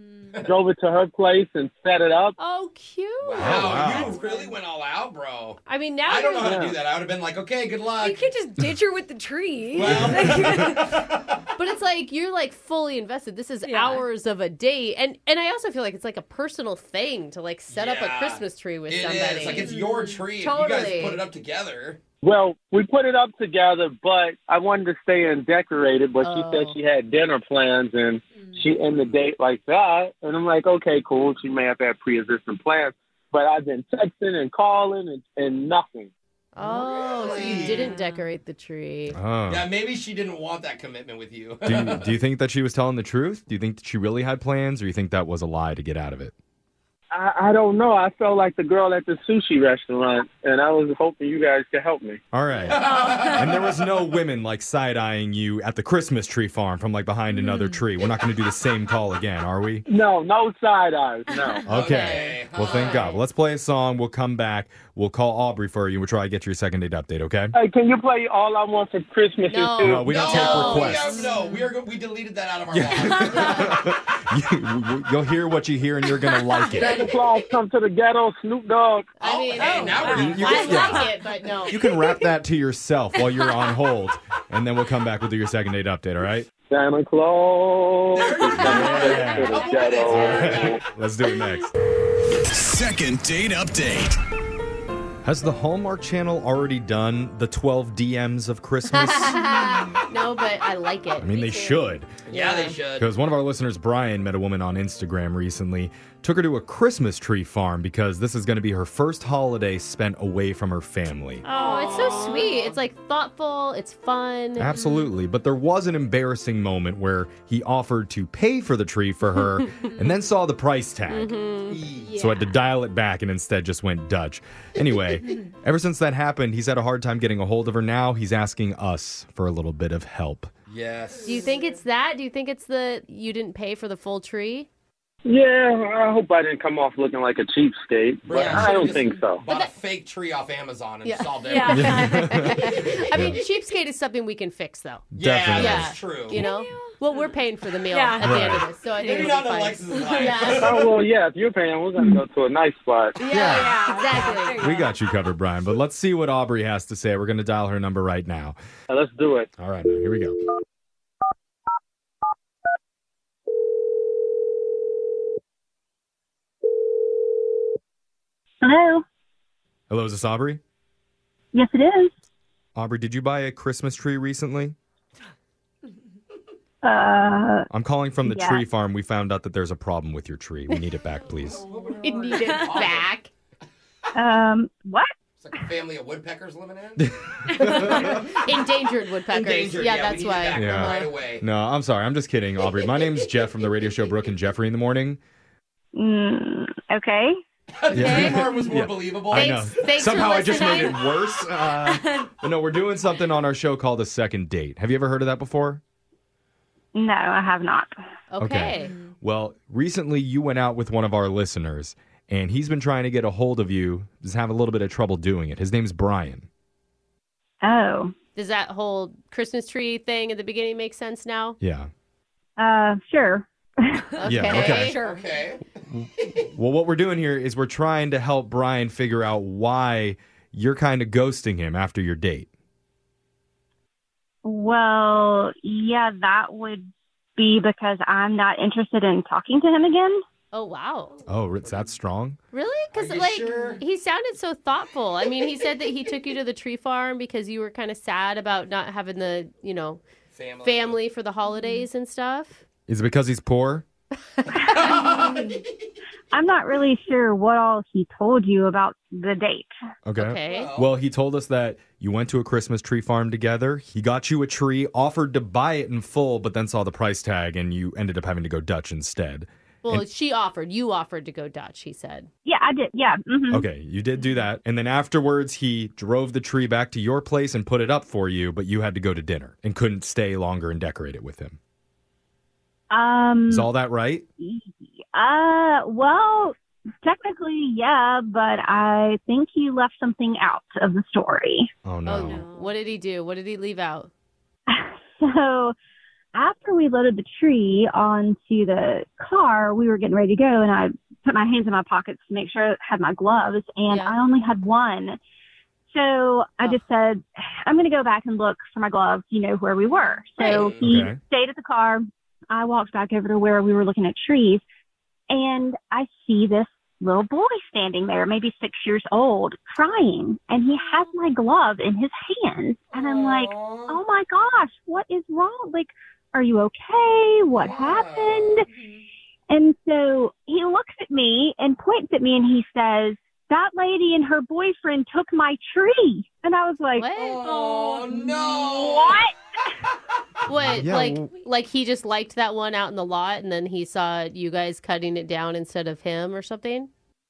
drove it to her place, and set it up. Oh, cute. Wow, you really went all out, bro. I mean, now I don't know you're- how to do that. I would have been like, okay, good luck. You can't just ditch her with the tree. But it's like you're like fully invested. This is hours of a date, and and I also feel like it's like a personal thing to like set up a Yeah. Christmas tree with It is. somebody. Like it's your tree. If you Totally. guys put it up together. Well, we put it up together, but I wanted to stay and decorate it, but Oh. she said she had dinner plans and she ended the date like that. And I'm like, okay, cool. She may have had pre existing plans, but I've been texting and calling and, and nothing. Oh, so you Really? didn't decorate the tree. Oh. Yeah, maybe she didn't want that commitment with you. Do you, do you think that she was telling the truth? Do you think that she really had plans or you think that was a lie to get out of it? I, I don't know. I felt like the girl at the sushi restaurant, and I was hoping you guys could help me. All right. and there was no women like side eyeing you at the Christmas tree farm from like behind Hmm. another tree. We're not going to do the same call again, are we? No, no side eyes, no. Okay. Well, thank God. Well, let's play a song. We'll come back. We'll call Aubrey for you. We'll try to get your second date update, okay? Hey, can you play All I Want for Christmas? No. is You? No, we don't No. take requests. We have- no, we are. go- We deleted that out of our log. you, you'll hear what you hear and you're going to like it. Santa Claus come to the ghetto, Snoop Dogg. I mean, hey, Oh, now we're You- you I can- yeah. like it, but no. You can wrap that to yourself while you're on hold, and then we'll come back. We'll do your second date update, all right? Santa Claus. Yeah. to the ghetto. Let's do it next. Second date update. Has the Hallmark Channel already done the 12 DMs of Christmas? no, but I like it. I mean, they should. Yeah, they should. Because one of our listeners, Brian, met a woman on Instagram recently, took her to a Christmas tree farm because this is going to be her first holiday spent away from her family. Oh, it's so sweet. It's like thoughtful. It's fun. Absolutely. But there was an embarrassing moment where he offered to pay for the tree for her and then saw the price Mm, tag. Mm-hmm. So had to dial it back and instead just went Dutch. Anyway, ever since that happened, he's had a hard time getting a hold of her. Now he's asking us for a little bit of help. Yes. Do you think it's that? Do you think it's the you didn't pay for the full tree? Yeah, I hope I didn't come off looking like a cheapskate, but Yeah. I don't think so. Bought a fake tree off Amazon and Yeah. solved Yeah. everything. I mean, cheapskate is something we can fix, though. Yeah, Definitely. that's true. You know, well, we're paying for the meal Yeah. at the end Right. of this, so I think Maybe it'll not be on fine. Alexis's yeah. Oh, well, yeah, if you're paying, we're going to go to a nice spot. yeah, exactly. We got you covered, Brian, but let's see what Aubrey has to say. We're going to dial her number right now. Let's do it. All right, man, here we go. Hello. Hello, is this Aubrey? Yes, it is. Aubrey, did you buy a Christmas tree recently? Uh, I'm calling from the Yeah. tree farm. We found out that there's a problem with your tree. We need it back, please. We need it back. um, what? It's like a family of woodpeckers living in. Endangered woodpeckers. Endangered, yeah, Yeah, we that's need it why. back. Right away. No, I'm sorry. I'm just kidding, Aubrey. My name's Jeff from the radio show Brooke and Jeffrey in the Morning. Mm, okay. The Yeah. dream part was more Yeah. believable. I know. Somehow I just made it worse. Uh, but no, we're doing something on our show called a second date. Have you ever heard of that before? No, I have not. Well, recently you went out with one of our listeners, and he's been trying to get a hold of you. He's having a little bit of trouble doing it. His name's Brian. Oh, Does that whole Christmas tree thing at the beginning make sense now? Yeah. uh, sure. Yeah. Okay. Sure. Okay. Well, what we're doing here is we're trying to help Brian figure out why you're kind of ghosting him after your date. Well, yeah, that would be because I'm not interested in talking to him again. Oh wow. Oh, it's that strong? Really? Because Are you like sure? he sounded so thoughtful. I mean, he said that he took you to the tree farm because you were kind of sad about not having the you know family, for the holidays and stuff. Is it because he's poor? I'm not really sure what all he told you about the date. Okay. Okay. Well, he told us that you went to a Christmas tree farm together. He got you a tree, offered to buy it in full, but then saw the price tag and you ended up having to go Dutch instead. Well, And- she offered. You offered to go Dutch. He said. Yeah, I did. Yeah. Mm-hmm. hmm Okay, you did do that. And then afterwards, he drove the tree back to your place and put it up for you, but you had to go to dinner and couldn't stay longer and decorate it with him. Um. Is all that right? Uh. Well, technically, yeah, but I think he left something out of the story. Oh no. What did he do? What did he leave out? So after we loaded the tree onto the car, we were getting ready to go, and I put my hands in my pockets to make sure I had my gloves, and I only had one. So I just said, I'm going to go back and look for my gloves, you know, where we were. So Right. he Okay. stayed at the car. I walked back over to where we were looking at trees, and I see this little boy standing there, maybe six years old, crying, and he has my glove in his hand. And I'm like, oh my gosh, what is wrong? Like, are you okay? What happened? And so he looks at me and points at me and he says, that lady and her boyfriend took my tree. And I was like, oh no. What? What? Yeah, like, w- like he just liked that one out in the lot, and then he saw you guys cutting it down instead of him or something.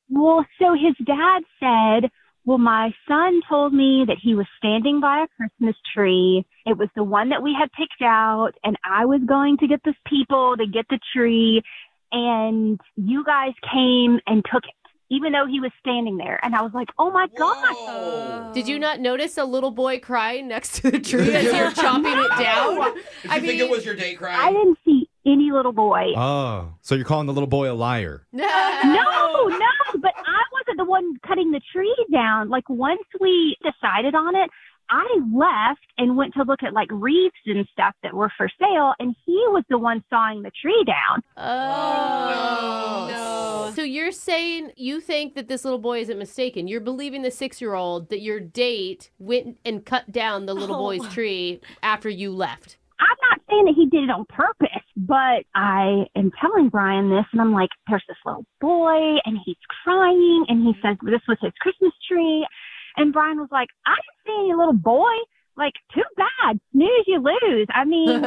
Well, so his dad said, Well, my son told me that he was standing by a Christmas tree. It was the one that we had picked out, and I was going to get the people to get the tree, and you guys came and took it. Even though he was standing there, and I was like, "Oh my gosh!" Did you not notice a little boy crying next to the tree as you're chopping it down? No. Did you think it was your date crying? I didn't see any little boy. Oh, so you're calling the little boy a liar. No, no, but I wasn't the one cutting the tree down. Like once we decided on it, I left and went to look at like wreaths and stuff that were for sale, and he was the one sawing the tree down. Oh, no. So you're saying you think that this little boy isn't mistaken. You're believing the six year old that your date went and cut down the Oh. little boy's tree after you left. I'm not saying that he did it on purpose, but I am telling Brian this, and I'm like, there's this little boy, and he's crying, and he says this was his Christmas tree. And Brian was like, I didn't see any little boy. Like, too bad. Snooze, you lose. I mean,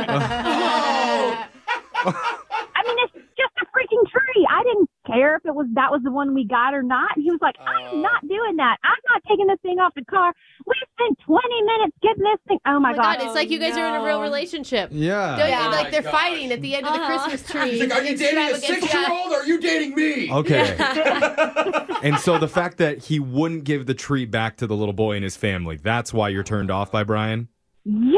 I mean, it's just a freaking tree. I didn't care if it was that was the one we got or not. And he was like, I'm not doing that. I'm not taking this thing off the car. We spent 20 minutes getting this thing. Oh my, Oh my God, it's like you guys are in a real relationship. Yeah. Don't you- Yeah. Like Oh they're my gosh. fighting at the end of the Uh-huh. Christmas tree. He's like, are you dating a six-year-old or are you dating me? Okay. and so the fact that he wouldn't give the tree back to the little boy and his family, that's why you're turned off by Brian? Yes.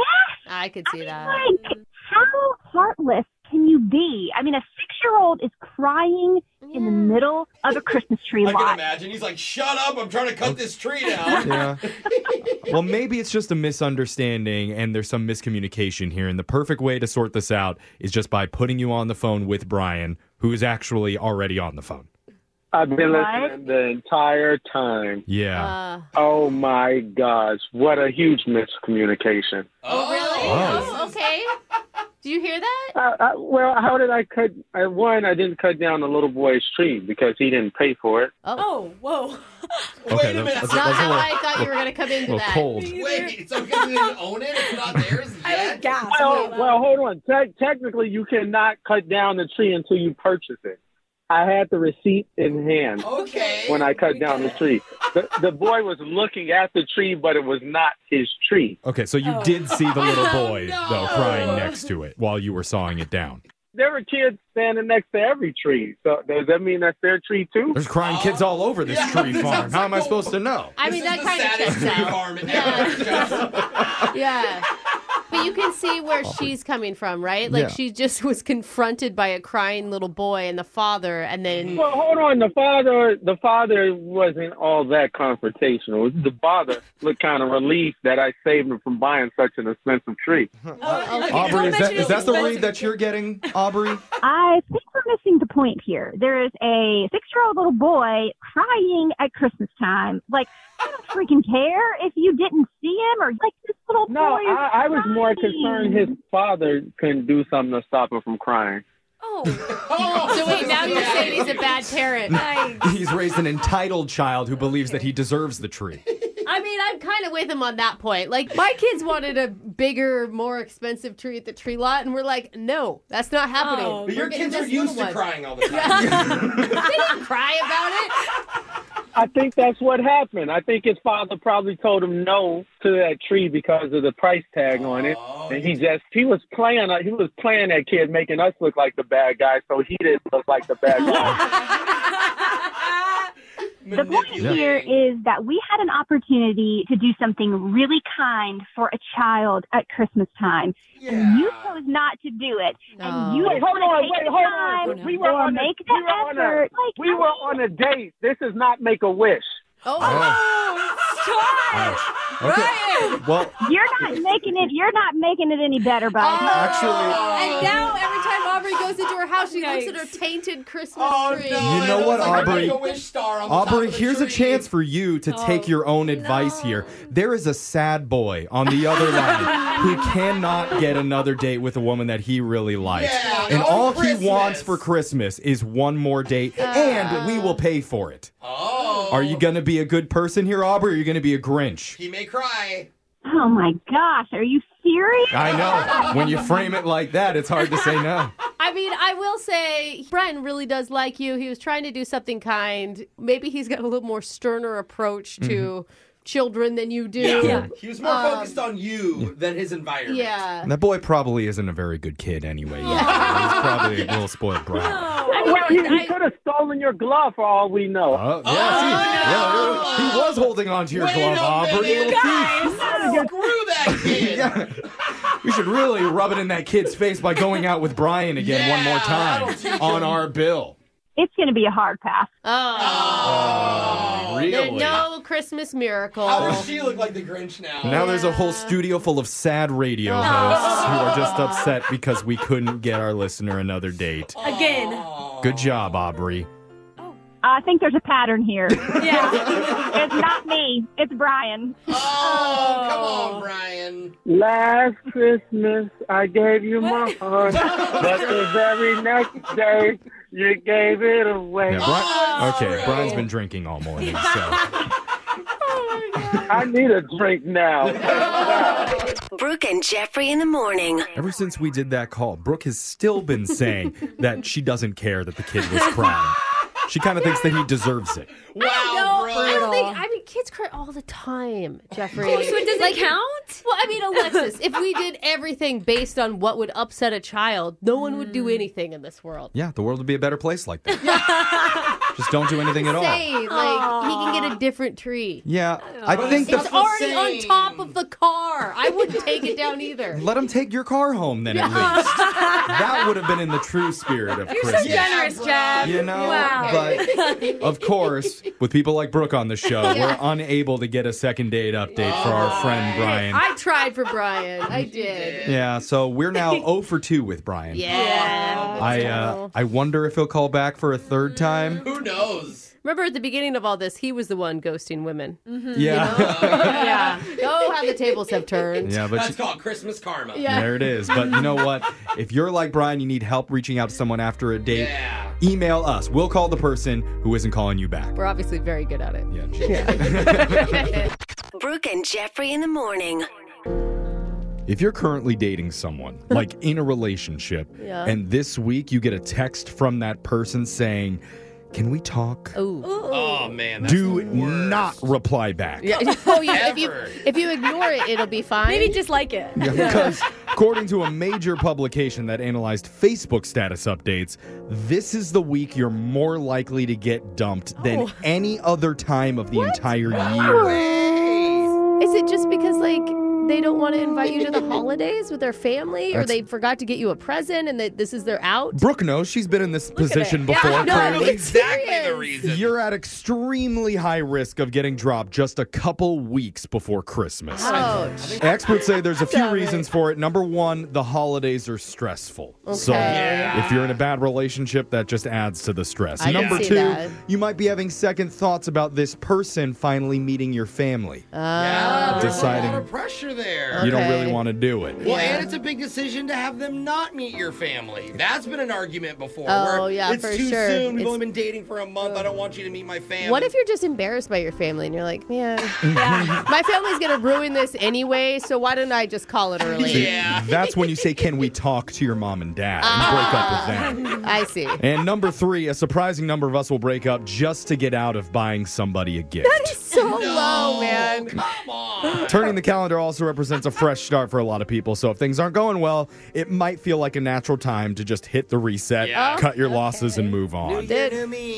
I could see that. Like, how heartless can you be? I mean, a six year old is crying in the middle of a Christmas tree I can lot. imagine. He's like, shut up. I'm trying to cut this tree down. Yeah. well, maybe it's just a misunderstanding and there's some miscommunication here. And the perfect way to sort this out is just by putting you on the phone with Brian, who is actually already on the phone. I've been What? listening the entire time. Yeah. Uh. oh my gosh, what a huge miscommunication. Oh, really? Oh. Oh, okay. Do you hear that? I, I, well, how did I cut? I, one, I didn't cut down the little boy's tree because he didn't pay for it. Oh, whoa. Okay, Wait a that- minute. that's- That's not that's a how little- I thought you were going to come into little that. cold. Wait, so because you didn't own it, it's not theirs yet? I was gasped. Well, well, hold on. Te- technically, you cannot cut down the tree until you purchase it. I had the receipt in hand okay. when I cut down the tree. The, the boy was looking at the tree, but it was not his tree. Okay, so you Oh. did see the little Oh, boy, no. though, crying next to it while you were sawing it down. There were kids standing next to every tree. So does that mean that's their tree too? There's crying kids all over this tree farm. How am I supposed to know? I mean, that kind of checks out. yeah. But you can see where she's coming from, right? Like Yeah. she just was confronted by a crying little boy and the father, and then Well, hold on. The father, the father wasn't all that confrontational. The father looked kind of relieved that I saved him from buying such an expensive tree. Oh, Aubrey, is that, is that the read that you're getting, Aubrey? I think we're missing the point here. There is a six year old little boy crying at Christmas time. Like, I don't freaking care if you didn't see him or like this little No, boy. is I, I was more crying. concerned his father couldn't do something to stop him from crying. Oh, so wait, now you're saying he's a bad parent. I, He's raised an entitled child who believes that he deserves the tree. I mean, I'm kind of with him on that point. Like, my kids wanted a bigger, more expensive tree at the tree lot, and we're like, no, that's not happening. Oh, But We're Oh. your getting kids are this little used to one. crying all the time. they didn't cry about it. I think that's what happened. I think his father probably told him no to that tree because of the price tag on it, and he just he was playing he was playing that kid, making us look like the bad guy, so he didn't look like the bad guy. The point here is that we had an opportunity to do something really kind for a child at Christmas time, and you chose not to do it. And you Wait, didn't hold wanna on, take wait, the hold time on. We were or on a, make the we were on a, effort. Like, we were on a date. This is not make a wish. Oh, Okay. Well, You're not making it. You're not making it any better, bud. Oh. Oh. and now every time Aubrey goes into her house, she looks at her tainted Christmas Oh, tree. You know what, Aubrey? Aubrey, here's a chance for you to Oh, take your own advice here. There is a sad boy on the other line who cannot get another date with a woman that he really likes. Yeah, and on all Christmas. he wants for Christmas is one more date, and we will pay for it. Oh, Are you going to be a good person here, Aubrey, or are you going to be a Grinch? he may cry. Oh my gosh, are you serious? I know. When you frame it like that, it's hard to say no. I mean, I will say Brian really does like you. He was trying to do something kind. Maybe he's got a little more sterner approach to Mm-hmm. children than you do. He was more Um, focused on you than his environment. Yeah. That boy probably isn't a very good kid anyway. Yeah. He's probably a little spoiled brat. Oh, well, he, he could have stolen your glove for all we know. Oh, yeah, see, Oh, yeah, he was holding on to your Wait glove, a Aubrey. minute, little guys. thief. Screw that kid. We should really rub it in that kid's face by going out with Brian again one more time on our bill. It's going to be a hard pass. Oh, Oh, really? There- no Christmas miracle. How does she look like the Grinch now? Now there's a whole studio full of sad radio hosts who are just upset because we couldn't get our listener another date. Again. Good job, Aubrey. I think there's a pattern here. yeah. It's not me. It's Brian. Oh, come on, Brian. Last Christmas, I gave you my heart, but the very next day, you gave it away. Yeah, Bri- okay, Brian's been drinking all morning, so. I need a drink now. Brooke and Jeffrey in the morning. Ever since we did that call, Brooke has still been saying that she doesn't care that the kid was crying. She kind of thinks that he deserves it. Wow, No, bro. I don't think. I mean, kids cry all the time, Jeffrey. Oh, so it doesn't count? Well, I mean, Alexis, if we did everything based on what would upset a child, no one would Hmm. do anything in this world. Yeah, the world would be a better place like that. Just don't do anything at all. Say, like, he can get a different tree. Yeah, I think the it's already on top of the car. I wouldn't take it down either. let him take your car home then at least. That would have been in the true spirit of You're so Christmas. generous, Jeff. You know, wow. but- Of course, with people like Brooke on the show, Yeah. we're unable to get a second date update for our friend Brian. I tried for Brian. I did. Yeah, so we're now 0 for 2 with Brian. Yeah. I uh, I wonder if he'll call back for a third time. Who knows? Remember at the beginning of all this, he was the one ghosting women. Mm-hmm. Yeah. yeah. Oh, how the tables have turned. Yeah, but That's you- called Christmas karma. There it is. But you know what? If you're like Brian, you need help reaching out to someone after a date, email us. We'll call the person who isn't calling you back. We're obviously very good at it. Yeah. Brooke and Jeffrey in the morning. If you're currently dating someone, like in a relationship, Yeah. and this week you get a text from that person saying, Can we talk? Oh man. that's Do the worst. not reply back. Yeah. Oh, yeah. If you if you ignore it, it'll be fine. Maybe just like it. Yeah, because according to a major publication that analyzed Facebook status updates, this is the week you're more likely to get dumped than Oh. any other time of the entire year. Is it just because like they don't want to invite you to the holidays with their family, or That's- they forgot to get you a present, and that this is their out? Brooke knows she's been in this position Yeah, before. I know, apparently. it's Exactly the serious. reason. You're at extremely high risk of getting dropped just a couple weeks before Christmas. Ouch. Experts say there's a few reasons for it. Number one, the holidays are stressful. So Okay. Yeah. if you're in a bad relationship, that just adds to the stress. I can Number see two, that. you might be having second thoughts about this person finally meeting your family. Ah. Yeah, there's a lot deciding of pressure there. you don't really want to do it. Well, and it's a big decision to have them not meet your family. That's been an argument before. Oh, where yeah, it's for too sure. soon. We've It's- only been dating for a month. I don't want you to meet my family. What if you're just embarrassed by your family and you're like, man, my family's gonna ruin this anyway, so why don't I just call it early? See, That's when you say, Can we talk to your mom and dad? And break up with Ah. them. I see. And number three, a surprising number of us will break up just to get out of buying somebody a gift. That is so low, man. Turning the calendar also represents a fresh start for a lot of people. So if things aren't going well, it might feel like a natural time to just hit the reset, Yeah. cut your losses, and move on. Dude,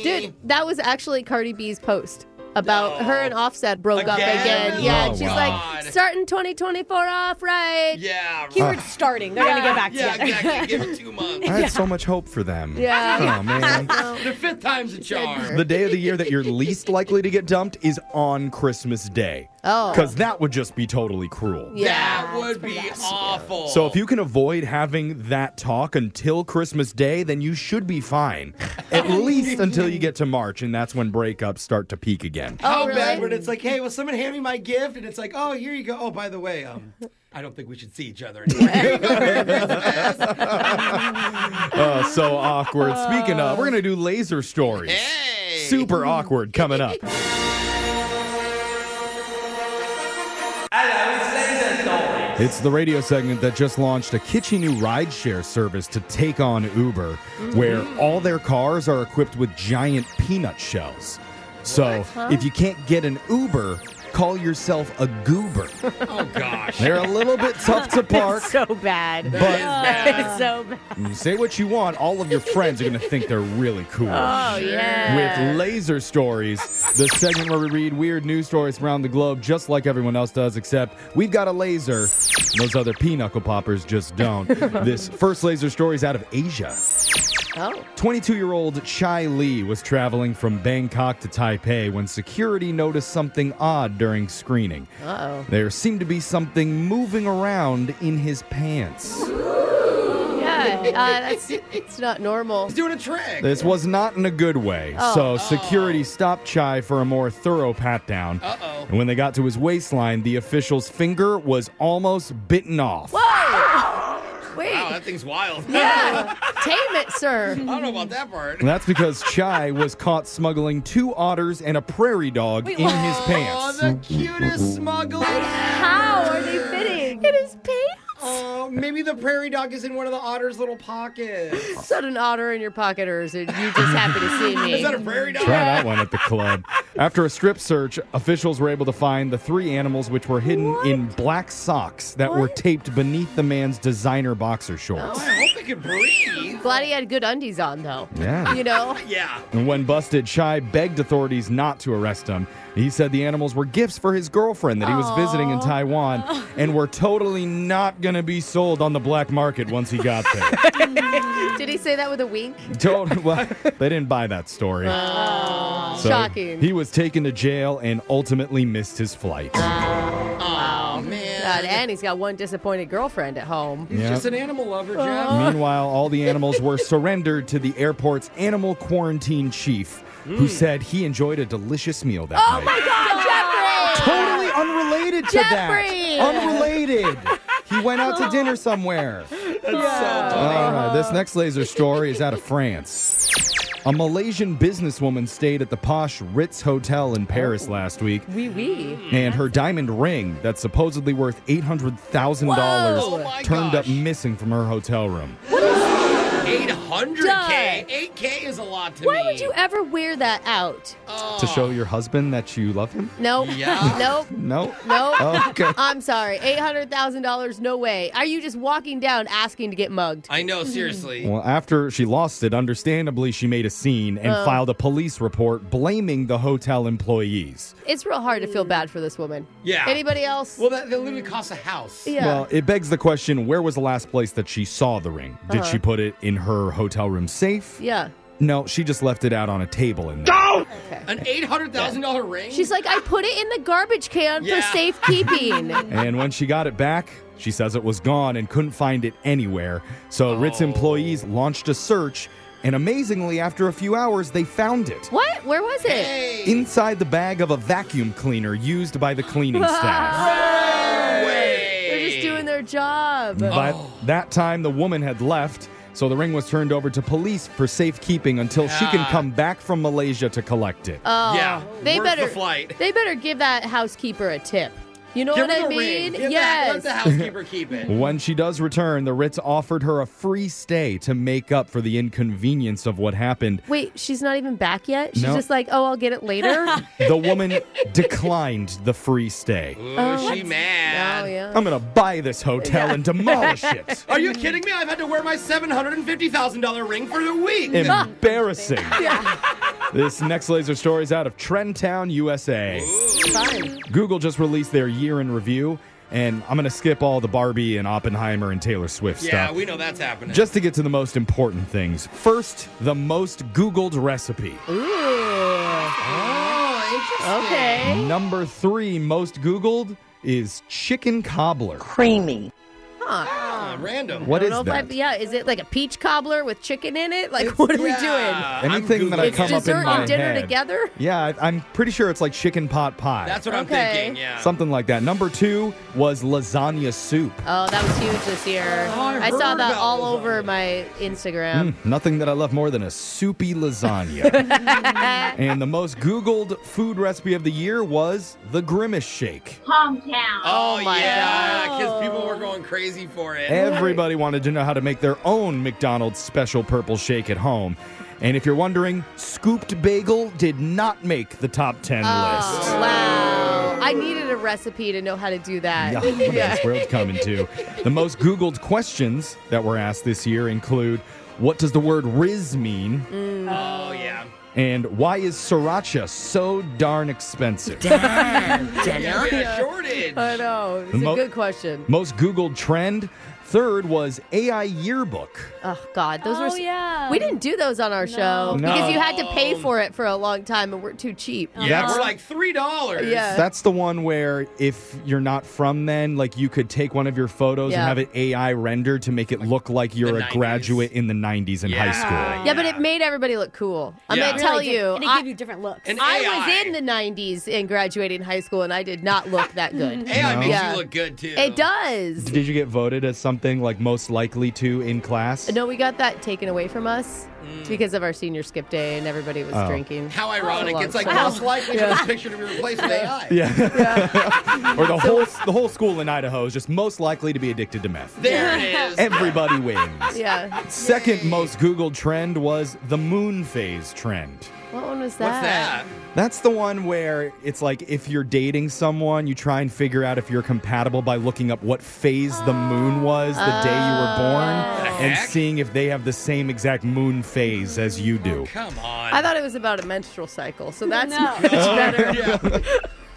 dude, that was actually Cardi B's post about her and Offset broke up Again? again. Yeah, Oh, and she's wow. like, starting 2024 off right. Yeah, Keyword Uh, starting. They're gonna get back yeah, together. exactly. Give it two months. I had so much hope for them. Yeah. Oh, man. the fifth time's a charm. The day of the year that you're least likely to get dumped is on Christmas Day. Oh. Because that would just be totally cruel. that would be awful. So if you can avoid having that talk until Christmas Day, then you should be fine. At least until you get to March, and that's when breakups start to peak again. Oh, How bad when it's like, hey, will someone hand me my gift? And it's like, oh, here you go. Oh, by the way, um, I don't think we should see each other anymore. Oh, so awkward. Speaking of, we're gonna do laser stories. Super awkward coming up. It's the radio segment that just launched a kitschy new rideshare service to take on Uber, Mm-hmm. where all their cars are equipped with giant peanut shells. So Huh? if you can't get an Uber, call yourself a goober. oh gosh. They're a little bit tough to park. It's so bad. But- it's so bad. You Say what you want, all of your friends are going to think they're really cool. Oh, yeah. With Laser Stories, the segment where we read weird news stories from around the globe just like everyone else does, except we've got a laser. Those other pinochle poppers just don't. this first laser story is out of Asia. Oh. 22 year old Chai Lee was traveling from Bangkok to Taipei when security noticed something odd during screening. Uh There seemed to be something moving around in his pants. oh. Yeah, uh, that's it's not normal. He's doing a trick. This was not in a good way. Oh. So security stopped Chai for a more thorough pat down. Uh-oh. And when they got to his waistline, the official's finger was almost bitten off. Whoa! Wait. Wow, that thing's wild. Yeah. Tame it, sir. I don't know about that part. And that's because Chai was caught smuggling two otters and a prairie dog in his pants. Oh, the cutest smuggling. How are they fitting? It is pants. Oh, maybe the prairie dog is in one of the otter's little pockets. Is that an otter in your pocket, or is it you just happy to see me? Is that a prairie dog? Try that one at the club. After a strip search, officials were able to find the three animals which were hidden in black socks that were taped beneath the man's designer boxer shorts. Oh, I hope it could breathe. Glad he had good undies on, though. Yeah. You know? yeah. And when busted, Shai begged authorities not to arrest him. He said the animals were gifts for his girlfriend that he was visiting in Taiwan and were totally not going to be sold on the black market once he got there. Did he say that with a wink? Don't, well, they didn't buy that story. Oh, So shocking. He was taken to jail and ultimately missed his flight. oh, man. God, and he's got one disappointed girlfriend at home. Oh. He's Yeah. just an animal lover, Jeff. Meanwhile, all the animals were surrendered to the airport's animal quarantine chief, Hmm. who said he enjoyed a delicious meal that Oh night. Totally unrelated to Jeffrey! that. Unrelated. He went out to dinner somewhere. That's so All right, this next laser story is out of France. A Malaysian businesswoman stayed at the posh Ritz Hotel in Oh. Paris last week. Wee wee. And her diamond ring, that's supposedly worth $800,000, Whoa! Oh my turned up missing from her hotel room. 800K? 8K is a lot to Why me. Oh. would you ever wear that out? To show your husband that you love him? Nope. Yeah. Nope. No? Nope. Uh, Oh, okay. I'm sorry. $800,000, no way. Are you just walking down asking to get mugged? I know, seriously. Well, after she lost it, understandably, she made a scene and Oh. filed a police report blaming the hotel employees. It's real hard to feel bad for this woman. Yeah. Anybody else? Well, that, that literally costs a house. Yeah. Well, it begs the question where was the last place that she saw the ring? Did Uh-huh. she put it in her hotel room safe? yeah. No, she just left it out on a table in there. An $800,000 ring? She's like, I put it in the garbage can Yeah. for safekeeping. And when she got it back, she says it was gone and couldn't find it anywhere. So Ritz employees launched a search, and amazingly, after a few hours, they found it. what? Where was it? Inside the bag of a vacuum cleaner used by the cleaning staff. They're just doing their job. By Oh. that time, the woman had left, so the ring was turned over to police for safekeeping until she can Yeah. come back from Malaysia to collect it. Oh, Yeah, They worth the better flight. They better give that housekeeper a tip. You know Give what her the I ring. mean? Give that- yes. Oh, let the housekeeper keep it. When she does return, the Ritz offered her a free stay to make up for the inconvenience of what happened. Wait, she's not even back yet. She's No. just like, oh, I'll get it later. The woman declined the free stay. Uh. she mad. Oh yeah. I'm going to buy this hotel and demolish it. Are you kidding me? I've had to wear my $750,000 ring for the week. Embarrassing. This next laser story is out of Trenton, USA. Google just released their year in review, and I'm going to skip all the Barbie and Oppenheimer and Taylor Swift Yeah, stuff. we know that's happening. Just to get to the most important things. First, the most Googled recipe. Oh, Okay. Number three, most Googled is chicken cobbler. Creamy. Ah, random. What I don't is know if that? I- yeah, is it like a peach cobbler with chicken in it? Like, what are we doing? Anything that I It's come up dessert in my and dinner head. together? Yeah, I, I'm pretty sure it's like chicken pot pie. That's what I'm Okay. thinking, yeah. Something like that. Number two was lasagna soup. Oh, that was huge this year. Oh, I, saw heard that about all over my Instagram. Mm, nothing that I love more than a soupy lasagna. and the most Googled food recipe of the year was the Grimace Shake. Hometown. Oh, yeah, because people were going crazy for it. Everybody wanted to know how to make their own McDonald's special purple shake at home. And if you're wondering, scooped bagel did not make the top 10 Oh, list. Wow. I needed a recipe to know how to do that. Yeah, that's where it's coming to. The most Googled questions that were asked this year include what does the word Riz mean? Oh, yeah. And why is sriracha so darn expensive? Yeah, we had a shortage. I know. It's The mo- a good question. Most Googled trend. Third was AI yearbook. Oh God, those were. Oh, yeah. We didn't do those on our show No. because you had to pay for it for a long time, and we're too cheap. Oh, Yeah, That's- we're Like $3. Yeah. That's the one where if you're not from then, like you could take one of your photos Yeah. and have it AI rendered to make it look like you're a 90s. graduate in the 90s in high school. yeah, but it made everybody look cool. I'm Yeah. gonna It tell really did. you, And it I, gave you different looks. An I was in the '90s and graduating high school, and I did not look that good. AI makes you look good too. It does. Did you get voted as something like most likely to in class? No, we got that taken away from us because of our senior skip day, and everybody was Oh. drinking. Mm. How It was a ironic. long It's like show. most likely for this picture to be replaced with AI. Yeah. or the whole the whole school in Idaho is just most likely to be addicted to meth. There it is. Everybody wins. Yeah. Second most Googled trend was the moon phase trend. What one was that? What's that? That's the one where it's like if you're dating someone, you try and figure out if you're compatible by looking up what phase the moon was the day you were born and seeing if they have the same exact moon phase as you do. Come on. I thought it was about a menstrual cycle, so that's No. much better.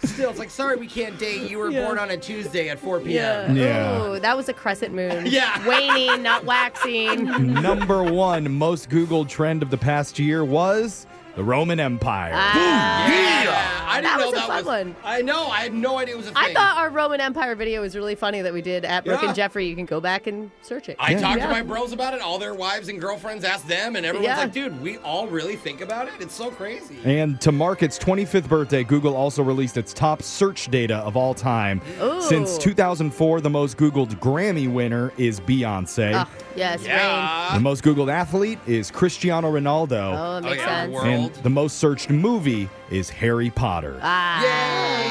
Still, it's like, sorry, we can't date. You were born on a Tuesday at 4 Yeah. p.m. Ooh, that was a crescent moon. Yeah. Waning, not waxing. Number one most Googled trend of the past year was the Roman Empire. Ah. yeah. I didn't That know was a that fun was. one. I know. I had no idea it was a thing. I thought our Roman Empire video was really funny that we did at Brooke Yeah. and Jeffrey. You can go back and search it. I talked Yeah. to my bros about it. All their wives and girlfriends asked them, and everyone's Yeah. like, "Dude, we all really think about it. It's so crazy." And to mark its 25th birthday, Google also released its top search data of all time. Ooh. Since 2004, the most Googled Grammy winner is Beyonce. Ah, yes, rain. The most Googled athlete is Cristiano Ronaldo. Oh, that makes sense. And the most searched movie is Harry Potter. Ah.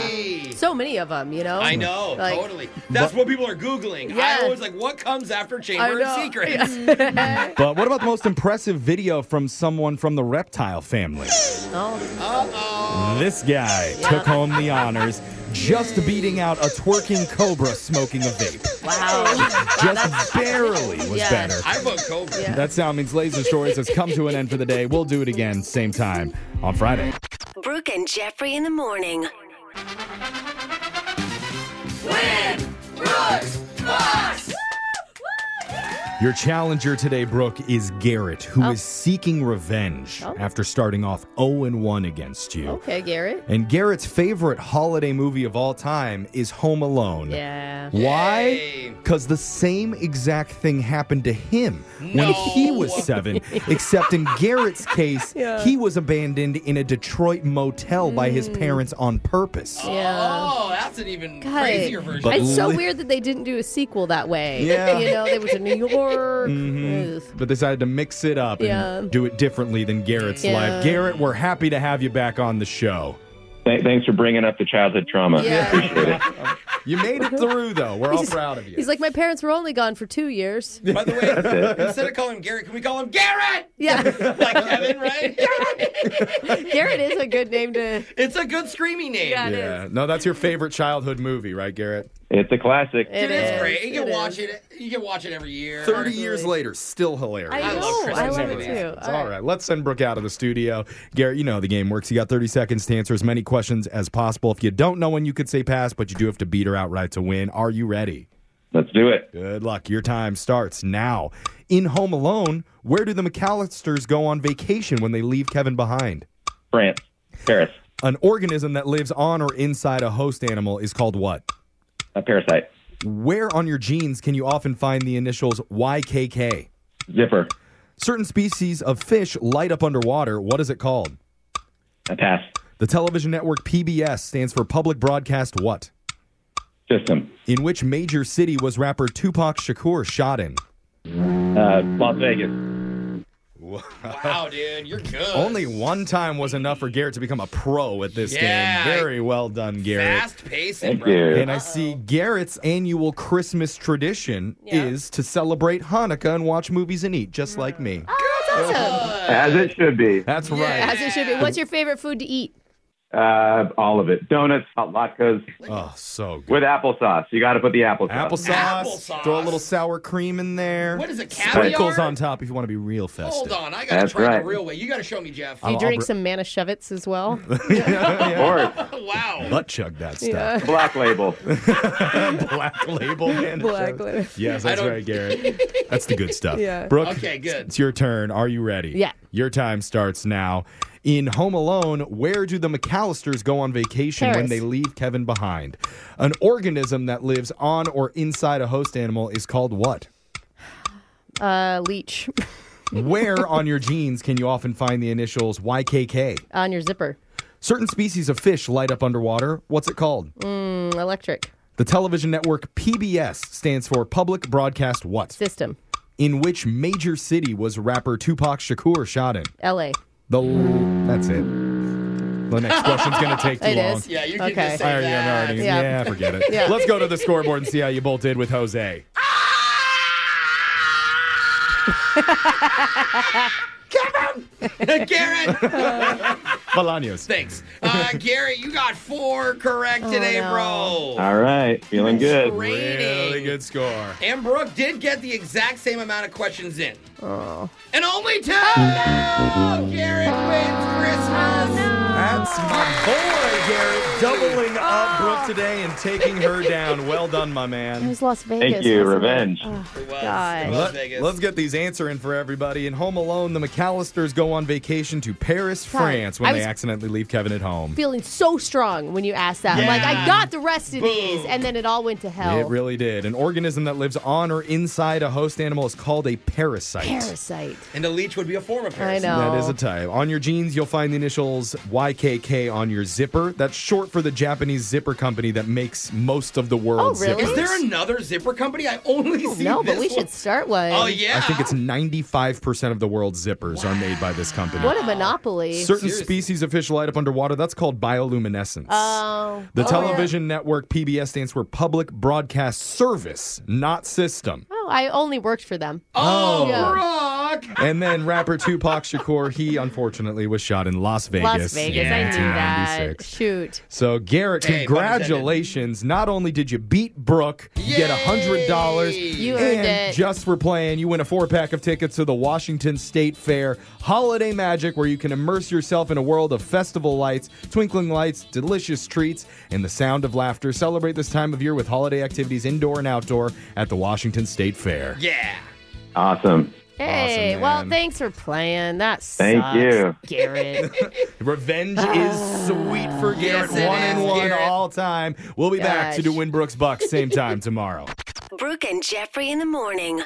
So many of them, you know? I know, Like, totally. That's what people are googling. Yeah. I always like, what comes after I Chamber of know. Secrets? Ah. But what about the most impressive video from someone from the reptile family? This guy took home the honors, just beating out a twerking cobra smoking a vape. Wow. Just barely was Yeah. better. I vote Cobra. That sound means Laser Stories has come to an end for the day. We'll do it again, same time on Friday. Brooke and Jeffrey in the morning. Your challenger today, Brooke, is Garrett, who is Oh. seeking revenge Oh. after starting off 0 1 against you. Okay, Garrett. And Garrett's favorite holiday movie of all time is Home Alone. Yeah. Why? Because the same exact thing happened to him when he was seven, except in Garrett's case, Yeah. Mm. he was abandoned in a Detroit motel by his parents on purpose. Yeah. Oh, that's an even God. crazier version. But it's so li- weird that they didn't do a sequel that way. Yeah. You know, they went to New York. Mhm. Ugh. But decided to mix it up Yeah. and do it differently than Garrett's Yeah. life. Garrett, we're happy to have you back on the show. Th- thanks for bringing up the childhood trauma. Yeah. Appreciate it. You made it through, though. We're all proud of you. He's like, my parents were only gone for two years. By the way, instead of calling him Garrett, can we call him Garrett? Yeah. Like Kevin, right? Garrett is a good name to. It's a good screaming name. Yeah, it is. Yeah. No, that's your favorite childhood movie, right, Garrett? It's a classic. Dude, it's great. You can It watch it. You can watch it every year. 30 years later, still hilarious. I I love know, Christmas I love it movies. too. It's All all right. Let's send Brooke out of the studio. Garrett, you know how the game works. You got 30 seconds to answer as many questions as possible. If you don't know when you could say pass, but you do have to beat her outright to win. Are you ready? Let's do it. Good luck. Your time starts now. In Home Alone, where do the McAllisters go on vacation when they leave Kevin behind? France. Paris. An organism that lives on or inside a host animal is called what? A parasite. Where on your jeans can you often find the initials YKK? Zipper. Certain species of fish light up underwater. What is it called? A pass. The television network PBS stands for Public Broadcast What? System. In which major city was rapper Tupac Shakur shot in? Uh, Las Vegas. Wow, dude, you're good. Only one time was enough for Garrett to become a pro at this Yeah. game. Very well done, Garrett. Fast pacing, Thank bro. you. And I see Garrett's annual Christmas tradition is to celebrate Hanukkah and watch movies and eat, just like me. Oh, That's awesome. As Uh, it should be. That's right. As it should be. What's your favorite food to eat? Uh, all of it. Donuts, hot latkes Oh, so good. with applesauce. You got to put the applesauce. Applesauce, Applesauce. Throw a little sour cream in there. What is it, Sprinkles caviar? on top if you want to be real festive. Hold on, I gotta That's try right. the real way. You gotta show me, Jeff. Do you I'll- drink I'll some Manischewitz as well? Of course. wow. Butt chug that Yeah. stuff. Black label. Black label, man. Black label. Yes, I that's don't- right, Garrett. That's the good stuff. Yeah. Brooke, Okay, good. it's your turn. Are you ready? Yeah. Your time starts now. In Home Alone, where do the McAllisters go on vacation when Paris. they leave Kevin behind? An organism that lives on or inside a host animal is called what? Uh, leech Where on your jeans can you often find the initials YKK? on your zipper. Certain species of fish light up underwater. What's it called? Mm, electric The television network PBS stands for Public Broadcast What? system. In which major city was rapper Tupac Shakur shot in? L.A. The l- that's it. The next question's gonna take too It long. is. Yeah, you can Okay. just I say already, I that. already- Yeah. yeah. forget it. Yeah. Let's go to the scoreboard and see how you both did with Jose. Garrett, Bolaños. thanks. Uh, Garrett, you got four correct Oh, today, bro. All right. Feeling good. Rating. Really good score. And Brooke did get the exact same amount of questions in. Oh. And only two! Garrett wins Christmas! That's my boy. way, Garrett. Doubling up Brooke today and taking her down. Well done, my man. Oh. It was Las Vegas. Thank you, wasn't it? revenge. Oh, Let, God. us get these answering for everybody. In Home Alone, the McAllisters go on vacation to Paris, God. France, when I they was- accidentally leave Kevin at home. Feeling so strong when you asked that. I'm like, I Yeah. got the rest of these, and then it all went to hell. It really did. An organism that lives on or inside a host animal is called a parasite. Parasite. And a leech would be a form of I parasite. know. That is a type. On your jeans, you'll find the initials YKK on your zipper. That's short for the Japanese zipper company that makes most Oh, of the world's Is zippers. there another zipper company? I only see no, this but we one. should start one. Oh yeah. I think it's 95% of the world's zippers are made by this company. What a monopoly. Certain species of fish light up underwater. That's called bioluminescence. Oh. The Oh, television network PBS stands for Public Broadcast Service, not system. yeah. Oh, I only worked for them. Oh. Brock. And then rapper Tupac Shakur, he unfortunately was shot in Las Vegas. Las Vegas. in I knew that. 1996. Shoot. So Garrett, Hey, fun congratulations! Not only did you beat Brooke, you get hundred dollars, You and earned it. just for playing, you win a four pack of tickets to the Washington State Fair Holiday Magic, where you can immerse yourself in a world of festival lights, twinkling lights, delicious treats, and the sound of laughter. Celebrate this time of year with holiday activities indoor and outdoor at the Washington State Fair. Yeah. Awesome. Hey, Awesome, well, man. thanks for playing. That Thank sucks, you. Garrett. Revenge is sweet for Garrett, Ah. it one is, and one Garrett. all time. We'll be back to Gosh. do Win Brooks Bucks same time tomorrow. Brooke and Jeffrey in the morning.